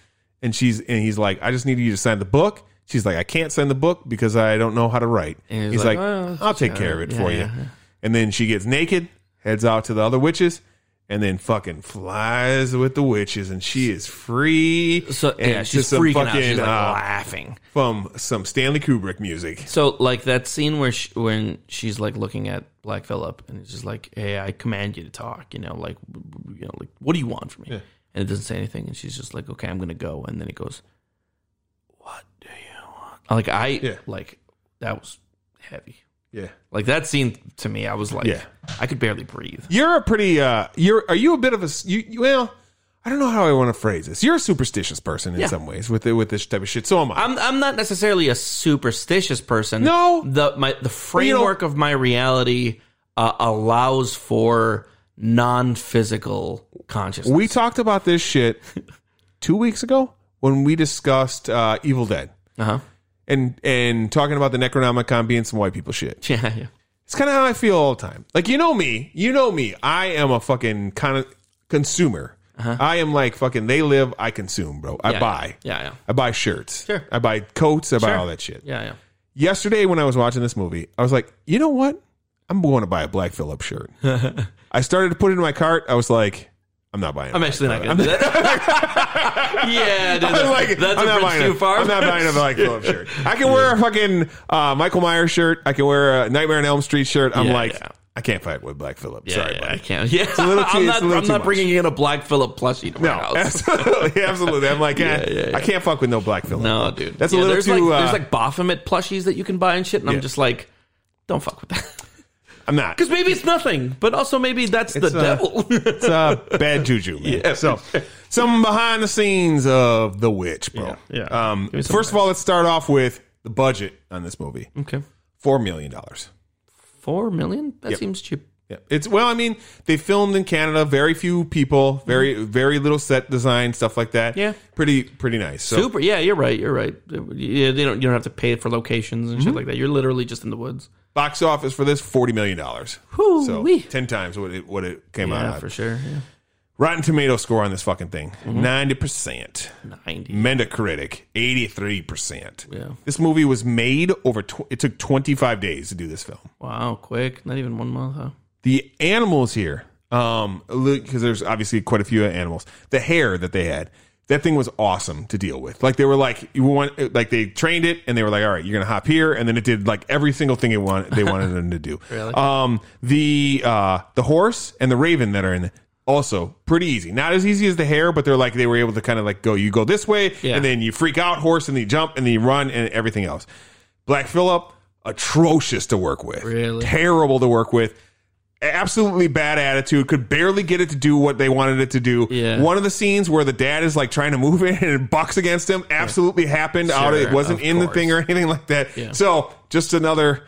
Speaker 2: And she's and he's like, "I just need you to sign the book." She's like, "I can't sign the book because I don't know how to write."
Speaker 1: And
Speaker 2: he's,
Speaker 1: he's
Speaker 2: like,
Speaker 1: like, "Well,
Speaker 2: "I'll take
Speaker 1: uh,
Speaker 2: care of it
Speaker 1: yeah,
Speaker 2: for you."
Speaker 1: yeah, yeah.
Speaker 2: And then she gets naked, heads out to the other witches, and then fucking flies with the witches, and she is free.
Speaker 1: So
Speaker 2: and
Speaker 1: yeah,
Speaker 2: to
Speaker 1: she's
Speaker 2: some
Speaker 1: freaking out. She's
Speaker 2: fucking,
Speaker 1: like
Speaker 2: uh,
Speaker 1: laughing.
Speaker 2: from some Stanley Kubrick music.
Speaker 1: So like that scene where she, when she's like looking at Black Phillip and it's just like, "Hey, I command you to talk," you know, like, you know, like, what do you want from me? And it doesn't say anything, and she's just like, "Okay, I'm gonna go," and then it goes, "What do you want?" Like I
Speaker 2: Yeah.
Speaker 1: like that was heavy.
Speaker 2: Yeah,
Speaker 1: Like that scene to me, I was like,
Speaker 2: Yeah.
Speaker 1: I could barely breathe.
Speaker 2: you're a pretty. Uh, you're are you a bit of a s- you? you- Well, I don't know how I want to phrase this. You're a superstitious person in
Speaker 1: Yeah.
Speaker 2: some ways with with this type of shit. So am I.
Speaker 1: I'm I'm not necessarily a superstitious person.
Speaker 2: No.
Speaker 1: the my the framework of my reality uh, allows for non-physical consciousness.
Speaker 2: we talked about this shit two weeks ago when we discussed uh, Evil Dead
Speaker 1: Uh huh.
Speaker 2: and and talking about the Necronomicon being some white people shit.
Speaker 1: Yeah, yeah.
Speaker 2: It's kind of how I feel all the time. Like you know me, you know me. I am a fucking kind of consumer. I am like fucking. They live, I consume, bro. I
Speaker 1: Uh-huh. Yeah,
Speaker 2: buy.
Speaker 1: Yeah, yeah.
Speaker 2: I buy shirts.
Speaker 1: Sure.
Speaker 2: I buy coats. I buy all that shit.
Speaker 1: Yeah, yeah.
Speaker 2: Yesterday when I was watching this movie, I was like, you know what? I'm going to buy a Black Phillip shirt. I started to put it in my cart. I was like, I'm not buying.
Speaker 1: I'm
Speaker 2: it.
Speaker 1: actually not gonna do that. yeah, dude,
Speaker 2: I'm like,
Speaker 1: that's
Speaker 2: I'm
Speaker 1: a
Speaker 2: not
Speaker 1: bridge
Speaker 2: buying
Speaker 1: too
Speaker 2: a-
Speaker 1: far.
Speaker 2: I'm not buying a Black Phillip shirt. I can wear a fucking uh, Michael Myers shirt. I can wear a Nightmare on Elm Street shirt. I'm
Speaker 1: Yeah,
Speaker 2: like,
Speaker 1: yeah.
Speaker 2: I can't fight with Black Phillip.
Speaker 1: yeah,
Speaker 2: Sorry,
Speaker 1: yeah, I
Speaker 2: buddy.
Speaker 1: can't. Yeah,
Speaker 2: a little too-
Speaker 1: I'm
Speaker 2: it's
Speaker 1: not.
Speaker 2: a little
Speaker 1: I'm
Speaker 2: too
Speaker 1: not
Speaker 2: much.
Speaker 1: bringing in a Black Phillip plushie to my
Speaker 2: No,
Speaker 1: house.
Speaker 2: absolutely, absolutely. I'm like, eh, I can't fuck with no Black Phillip.
Speaker 1: No, dude.
Speaker 2: That's
Speaker 1: Yeah,
Speaker 2: a little
Speaker 1: there's
Speaker 2: too.
Speaker 1: Like,
Speaker 2: uh,
Speaker 1: there's like Baphomet plushies that you can buy and shit, and
Speaker 2: Yeah.
Speaker 1: I'm just like, don't fuck with that.
Speaker 2: I'm not.
Speaker 1: Because maybe it's nothing, but also maybe that's
Speaker 2: It's,
Speaker 1: the
Speaker 2: uh,
Speaker 1: devil.
Speaker 2: It's uh, bad juju, man. So, some behind the scenes of The Witch, bro.
Speaker 1: Yeah, yeah.
Speaker 2: Um,
Speaker 1: Give me some
Speaker 2: first of all, let's start off with the budget on this movie
Speaker 1: okay.
Speaker 2: $4 million. dollars.
Speaker 1: Four million? That seems cheap.
Speaker 2: Yeah. It's well, I mean, they filmed in Canada, very few people, very very little set design, stuff like that.
Speaker 1: Yeah.
Speaker 2: Pretty pretty nice. So
Speaker 1: Super. Yeah, you're right. You're right. Yeah, they don't. You don't have to pay for locations and shit like that. You're literally just in the woods.
Speaker 2: box office for this, forty million dollars. So
Speaker 1: Hoo-wee.
Speaker 2: ten times what it what it came
Speaker 1: Yeah,
Speaker 2: out
Speaker 1: for
Speaker 2: at.
Speaker 1: sure. Yeah.
Speaker 2: Rotten Tomato score on this fucking thing 90%.
Speaker 1: 90.
Speaker 2: Metacritic 83%.
Speaker 1: Yeah.
Speaker 2: This movie was made over, tw- it took 25 days to do this film.
Speaker 1: Wow, quick. Not even one month, huh?
Speaker 2: the animals here um because there's obviously quite a few animals the hair that they had that thing was awesome to deal with like they were like you want like they trained it and they were like all right you're gonna hop here and then it did like every single thing it wanted they wanted them to do
Speaker 1: Really?
Speaker 2: um the uh the horse and the raven that are in also pretty easy not as easy as the hare but they're like they were able to kind of like go you go this way
Speaker 1: Yeah.
Speaker 2: and then you freak out horse and then you jump and then you run and everything else black phillip atrocious to work with
Speaker 1: Really?
Speaker 2: terrible to work with absolutely bad attitude could barely get it to do what they wanted it to do
Speaker 1: Yeah.
Speaker 2: one of the scenes where the dad is like trying to move it and it bucks against him absolutely happened out
Speaker 1: Sure,
Speaker 2: it wasn't
Speaker 1: of
Speaker 2: in the
Speaker 1: course.
Speaker 2: thing or anything like that
Speaker 1: Yeah.
Speaker 2: so just another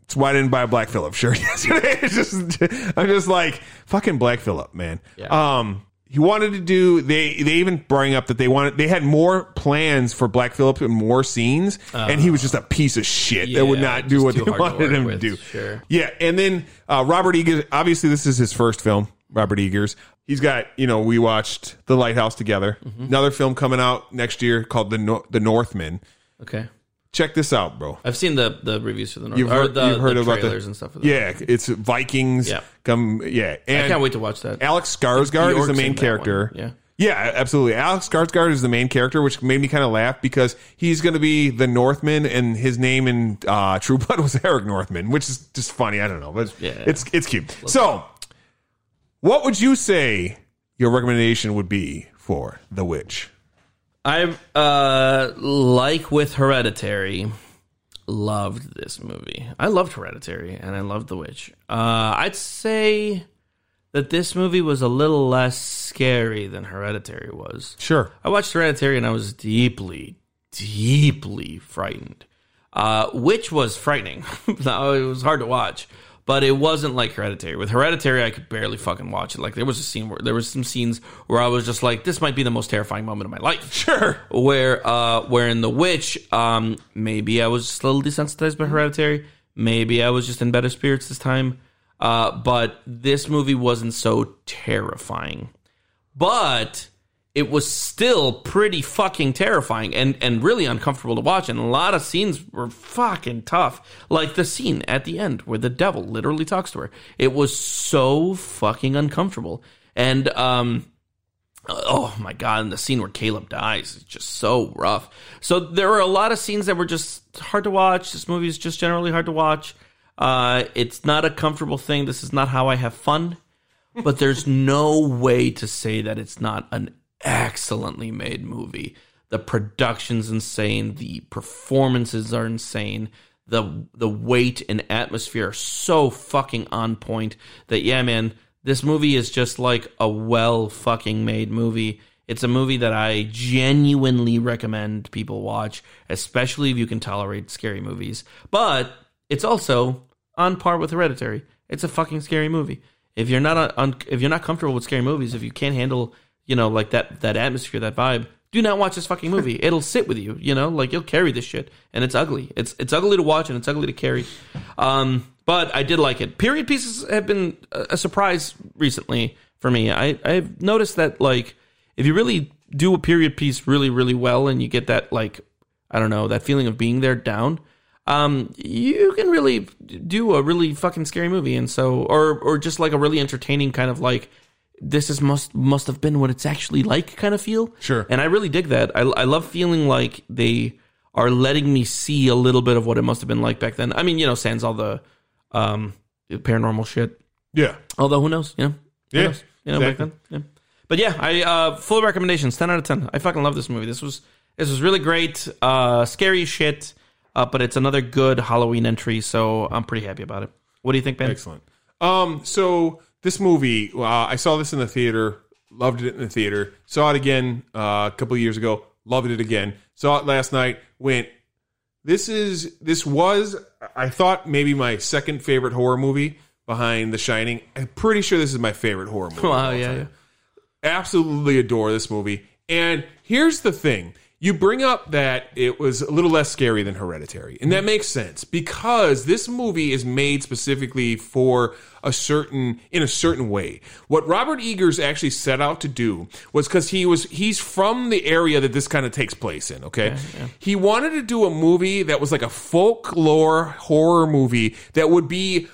Speaker 2: that's why I didn't buy a Black Phillip shirt yesterday. It's just, I'm just like fucking Black Phillip, man.
Speaker 1: Yeah.
Speaker 2: Um, he wanted to do. They they even brought up that they wanted they had more plans for Black Phillip and more scenes, and he was just a piece of shit that would
Speaker 1: yeah,
Speaker 2: not do
Speaker 1: just
Speaker 2: what
Speaker 1: too
Speaker 2: they
Speaker 1: hard to
Speaker 2: wanted
Speaker 1: work
Speaker 2: him
Speaker 1: with,
Speaker 2: to do.
Speaker 1: sure.
Speaker 2: Yeah, and then uh, Robert Eggers. Obviously, this is his first film. Robert Eggers. He's got you know we watched The Lighthouse together.
Speaker 1: Mm-hmm.
Speaker 2: Another film coming out next year called The Nor- The Northman.
Speaker 1: Okay.
Speaker 2: Check this out, bro.
Speaker 1: I've seen the, the reviews for the North.
Speaker 2: You've
Speaker 1: or
Speaker 2: heard-
Speaker 1: the,
Speaker 2: you've heard
Speaker 1: the
Speaker 2: about the-
Speaker 1: trailers and stuff. For that.
Speaker 2: Yeah, it's Vikings.
Speaker 1: Yeah.
Speaker 2: Come, yeah. And
Speaker 1: I can't wait to watch that.
Speaker 2: Alex Skarsgård is
Speaker 1: Bjork's
Speaker 2: the
Speaker 1: in
Speaker 2: main
Speaker 1: that
Speaker 2: character.
Speaker 1: one, yeah.
Speaker 2: Yeah, absolutely. Alex Skarsgård is the main character, which made me kind of laugh because he's going to be the Northman, and his name in uh, True Blood was Eric Northman, which is just funny. I don't know, but
Speaker 1: Yeah.
Speaker 2: it's it's cute. so, what would you say your recommendation would be for The Witch?
Speaker 1: I uh like with Hereditary, loved this movie. I loved Hereditary and I loved The Witch. Uh I'd say that this movie was a little less scary than Hereditary was.
Speaker 2: Sure.
Speaker 1: I watched Hereditary and I was deeply, deeply frightened, uh, which was frightening. No, it was hard to watch, but it wasn't like Hereditary. With Hereditary, I could barely fucking watch it. Like there was a scene where there was some scenes where I was just like, this might be the most terrifying moment of my life.
Speaker 2: Sure.
Speaker 1: Where, uh, where in The Witch, um, maybe I was just a little desensitized by Hereditary. Maybe I was just in better spirits this time. Uh, but this movie wasn't so terrifying but it was still pretty fucking terrifying and, and really uncomfortable to watch. And a lot of scenes were fucking tough. Like the scene at the end where the devil literally talks to her. It was so fucking uncomfortable. And, um, oh my god and the scene where caleb dies is just so rough so there were a lot of scenes that were just hard to watch this movie is just generally hard to watch uh, it's not a comfortable thing this is not how i have fun but there's no way to say that it's not an excellently made movie the production's insane the performances are insane the the weight and atmosphere are so fucking on point that yeah man this movie is just like a well fucking made movie. It's a movie that I genuinely recommend people watch, especially if you can tolerate scary movies. But it's also on par with Hereditary. It's a fucking scary movie. If you're not on, on, if you're not comfortable with scary movies, if you can't handle, you know, like that that atmosphere, that vibe, do not watch this fucking movie. It'll sit with you, you know, like you'll carry this shit, and it's ugly. It's it's ugly to watch and it's ugly to carry. Um, but I did like it. Period pieces have been a a surprise recently for me. I, I've noticed that like if you really do a period piece really really well and you get that like I don't know that feeling of being there down, um, you can really do a really fucking scary movie and so or or just like a really entertaining kind of like this is must must have been what it's actually like kind of feel.
Speaker 2: Sure.
Speaker 1: And I really dig that. I, I love feeling like they are letting me see a little bit of what it must have been like back then. I mean, you know, sans all the um, paranormal shit.
Speaker 2: Yeah.
Speaker 1: Although, who knows? You know, Who
Speaker 2: Yeah,
Speaker 1: knows? you know, back
Speaker 2: exactly.
Speaker 1: then. Yeah. But yeah, I uh, full recommendations. Ten out of ten. I fucking love this movie. This was this was really great. Uh, scary as shit, uh, but it's another good Halloween entry. So I'm pretty happy about it. What do you think, Ben?
Speaker 2: Excellent. Um, so this movie, uh, I saw this in the theater, loved it in the theater. Saw it again uh, a couple of years ago, loved it again. Saw it last night, went. This is this was I thought maybe my second favorite horror movie behind The Shining. I'm pretty sure this is my favorite horror
Speaker 1: Oh, uh,
Speaker 2: movie.
Speaker 1: Wow, yeah, yeah.
Speaker 2: You bring up that it was a little less scary than Hereditary, and that makes sense because this movie is made specifically for a certain in a certain way. What Robert Eagers actually set out to do was because he was he's from the area that this kind of takes place in. Okay, he wanted to do a movie that was like a folklore horror movie that would be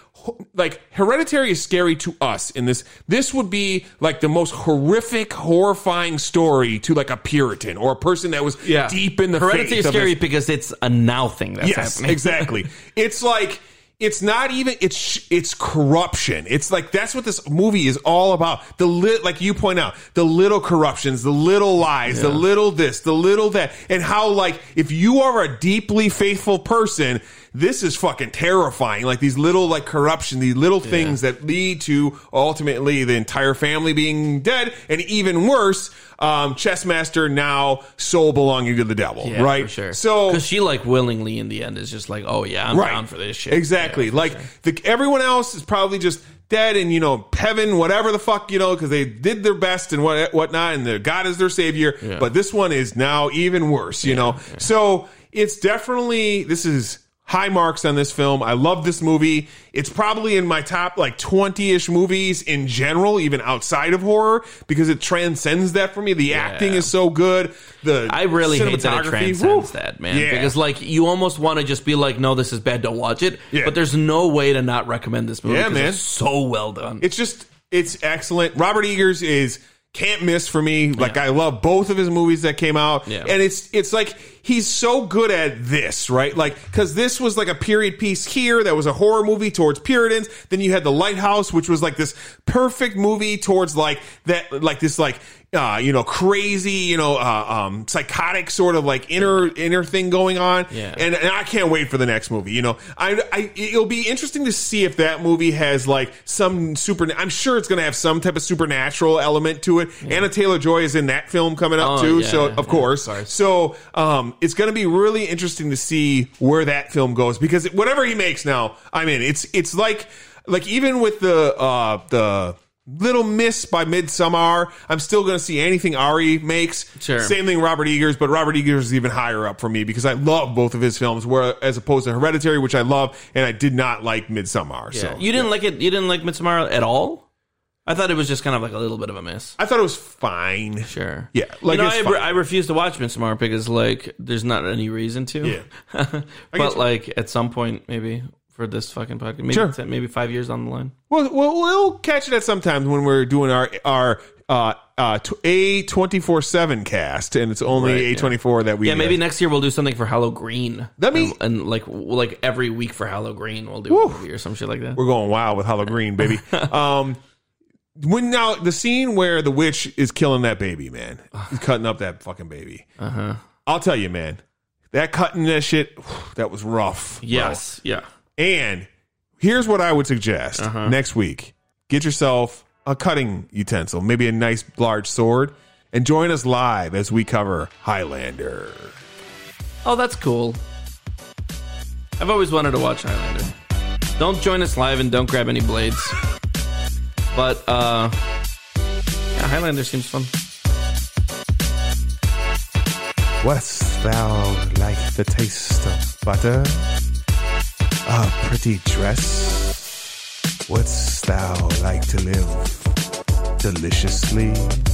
Speaker 2: like hereditary is scary to us in this this would be like the most horrific horrifying story to like a puritan or a person that was
Speaker 1: Yeah.
Speaker 2: deep in the
Speaker 3: Hereditary
Speaker 2: faith
Speaker 3: is
Speaker 2: of
Speaker 3: scary because it's a now thing that's
Speaker 2: yes,
Speaker 3: happening.
Speaker 2: exactly. It's like it's not even it's it's corruption. It's like that's what this movie is all about. The lit like you point out, the little corruptions, the little lies, the little this, the little that, and how like if you are a deeply faithful person, this is fucking terrifying. Like these little like corruption, these little things that lead to ultimately the entire family being dead, and even worse, um, chess master now soul belonging to the devil,
Speaker 1: Yeah,
Speaker 2: right?
Speaker 1: For sure.
Speaker 2: So
Speaker 1: because she like willingly in the end is just like, oh yeah, I'm down for this shit.
Speaker 2: Exactly. like the, everyone else is probably just dead and you know heaven, whatever the fuck you know, because they did their best and what whatnot, and their God is their savior. But this one is now even worse. You know, so it's definitely this is. High marks on this film. I love this movie. It's probably in my top like 20 ish movies in general, even outside of horror, because it transcends that for me. The acting is so good. The
Speaker 1: I really hate that it
Speaker 2: cinematography,
Speaker 1: transcends
Speaker 2: woo.
Speaker 1: that, man.
Speaker 2: Yeah.
Speaker 1: Because like you almost want to just be like, no, this is bad. Don't watch it.
Speaker 2: Yeah.
Speaker 1: But there's no way to not recommend this movie.
Speaker 2: Yeah,
Speaker 1: 'cause
Speaker 2: man.
Speaker 1: It's so well done.
Speaker 2: Um, it's just it's excellent. Robert Eagers is can't miss for me. Like I love both of his movies that came out,
Speaker 1: Yeah.
Speaker 2: and it's it's like he's so good at this, right? Like because this was like a period piece here that was a horror movie towards Puritans. Then you had The Lighthouse, which was like this perfect movie towards like that, like this like. Uh, you know, crazy, you know, uh, um, psychotic sort of like inner inner thing going on,
Speaker 1: Yeah.
Speaker 2: and and I can't wait for the next movie. You know, I, I it'll be interesting to see if that movie has like some super. I'm sure it's going to have some type of supernatural element to it. Anna Taylor Joy is in that film coming up
Speaker 1: Oh,
Speaker 2: too,
Speaker 1: yeah,
Speaker 2: so
Speaker 1: yeah,
Speaker 2: of course. So um, it's going to be really interesting to see where that film goes because whatever he makes now, I'm in. It's it's like like even with the uh, the. Little Miss by Midsummer. I'm still going to see anything Ari makes.
Speaker 1: Sure.
Speaker 2: Same thing Robert Eagers, but Robert Eagers is even higher up for me because I love both of his films, where as opposed to Hereditary, which I love, and I did not like Midsummer.
Speaker 1: Yeah.
Speaker 2: So
Speaker 1: you didn't like it. You didn't like Midsommar at all. I thought it was just kind of like a little bit of a miss.
Speaker 2: I thought it was fine.
Speaker 1: Sure.
Speaker 2: Yeah, like,
Speaker 1: you know,
Speaker 2: it's
Speaker 1: I,
Speaker 2: fine.
Speaker 1: I refuse to watch Midsommar because like there's not any reason to. Yeah. but
Speaker 2: you.
Speaker 1: like at some point maybe for this fucking podcast, maybe
Speaker 2: Sure.
Speaker 1: ten- maybe five years on the line.
Speaker 2: Well, we'll, we'll catch it at some times when we're doing our our uh, uh, a twenty four seven cast, and it's
Speaker 1: Right,
Speaker 2: only
Speaker 1: yeah.
Speaker 2: a twenty four that we
Speaker 1: Yeah, maybe next year we'll do something for Hallow Green.
Speaker 2: Let me-
Speaker 1: and, and like like every week for Hallow Green we'll do a movie or some shit like that.
Speaker 2: we're going wild with Hollow Green, baby. um, when now the scene where the witch is killing that baby, man, is cutting up that fucking baby. Uh-huh. I'll tell you, man, that cutting that shit, that was rough. bro.
Speaker 1: Yes. Yeah.
Speaker 2: And here's what I would suggest next week get yourself a cutting utensil, maybe a nice large sword, and join us live as we cover Highlander.
Speaker 1: Oh, that's cool. I've always wanted to watch Highlander. Don't join us live and don't grab any blades. But uh yeah, Highlander seems fun.
Speaker 2: West thou like the taste of butter? A pretty dress? Wouldst thou like to live deliciously?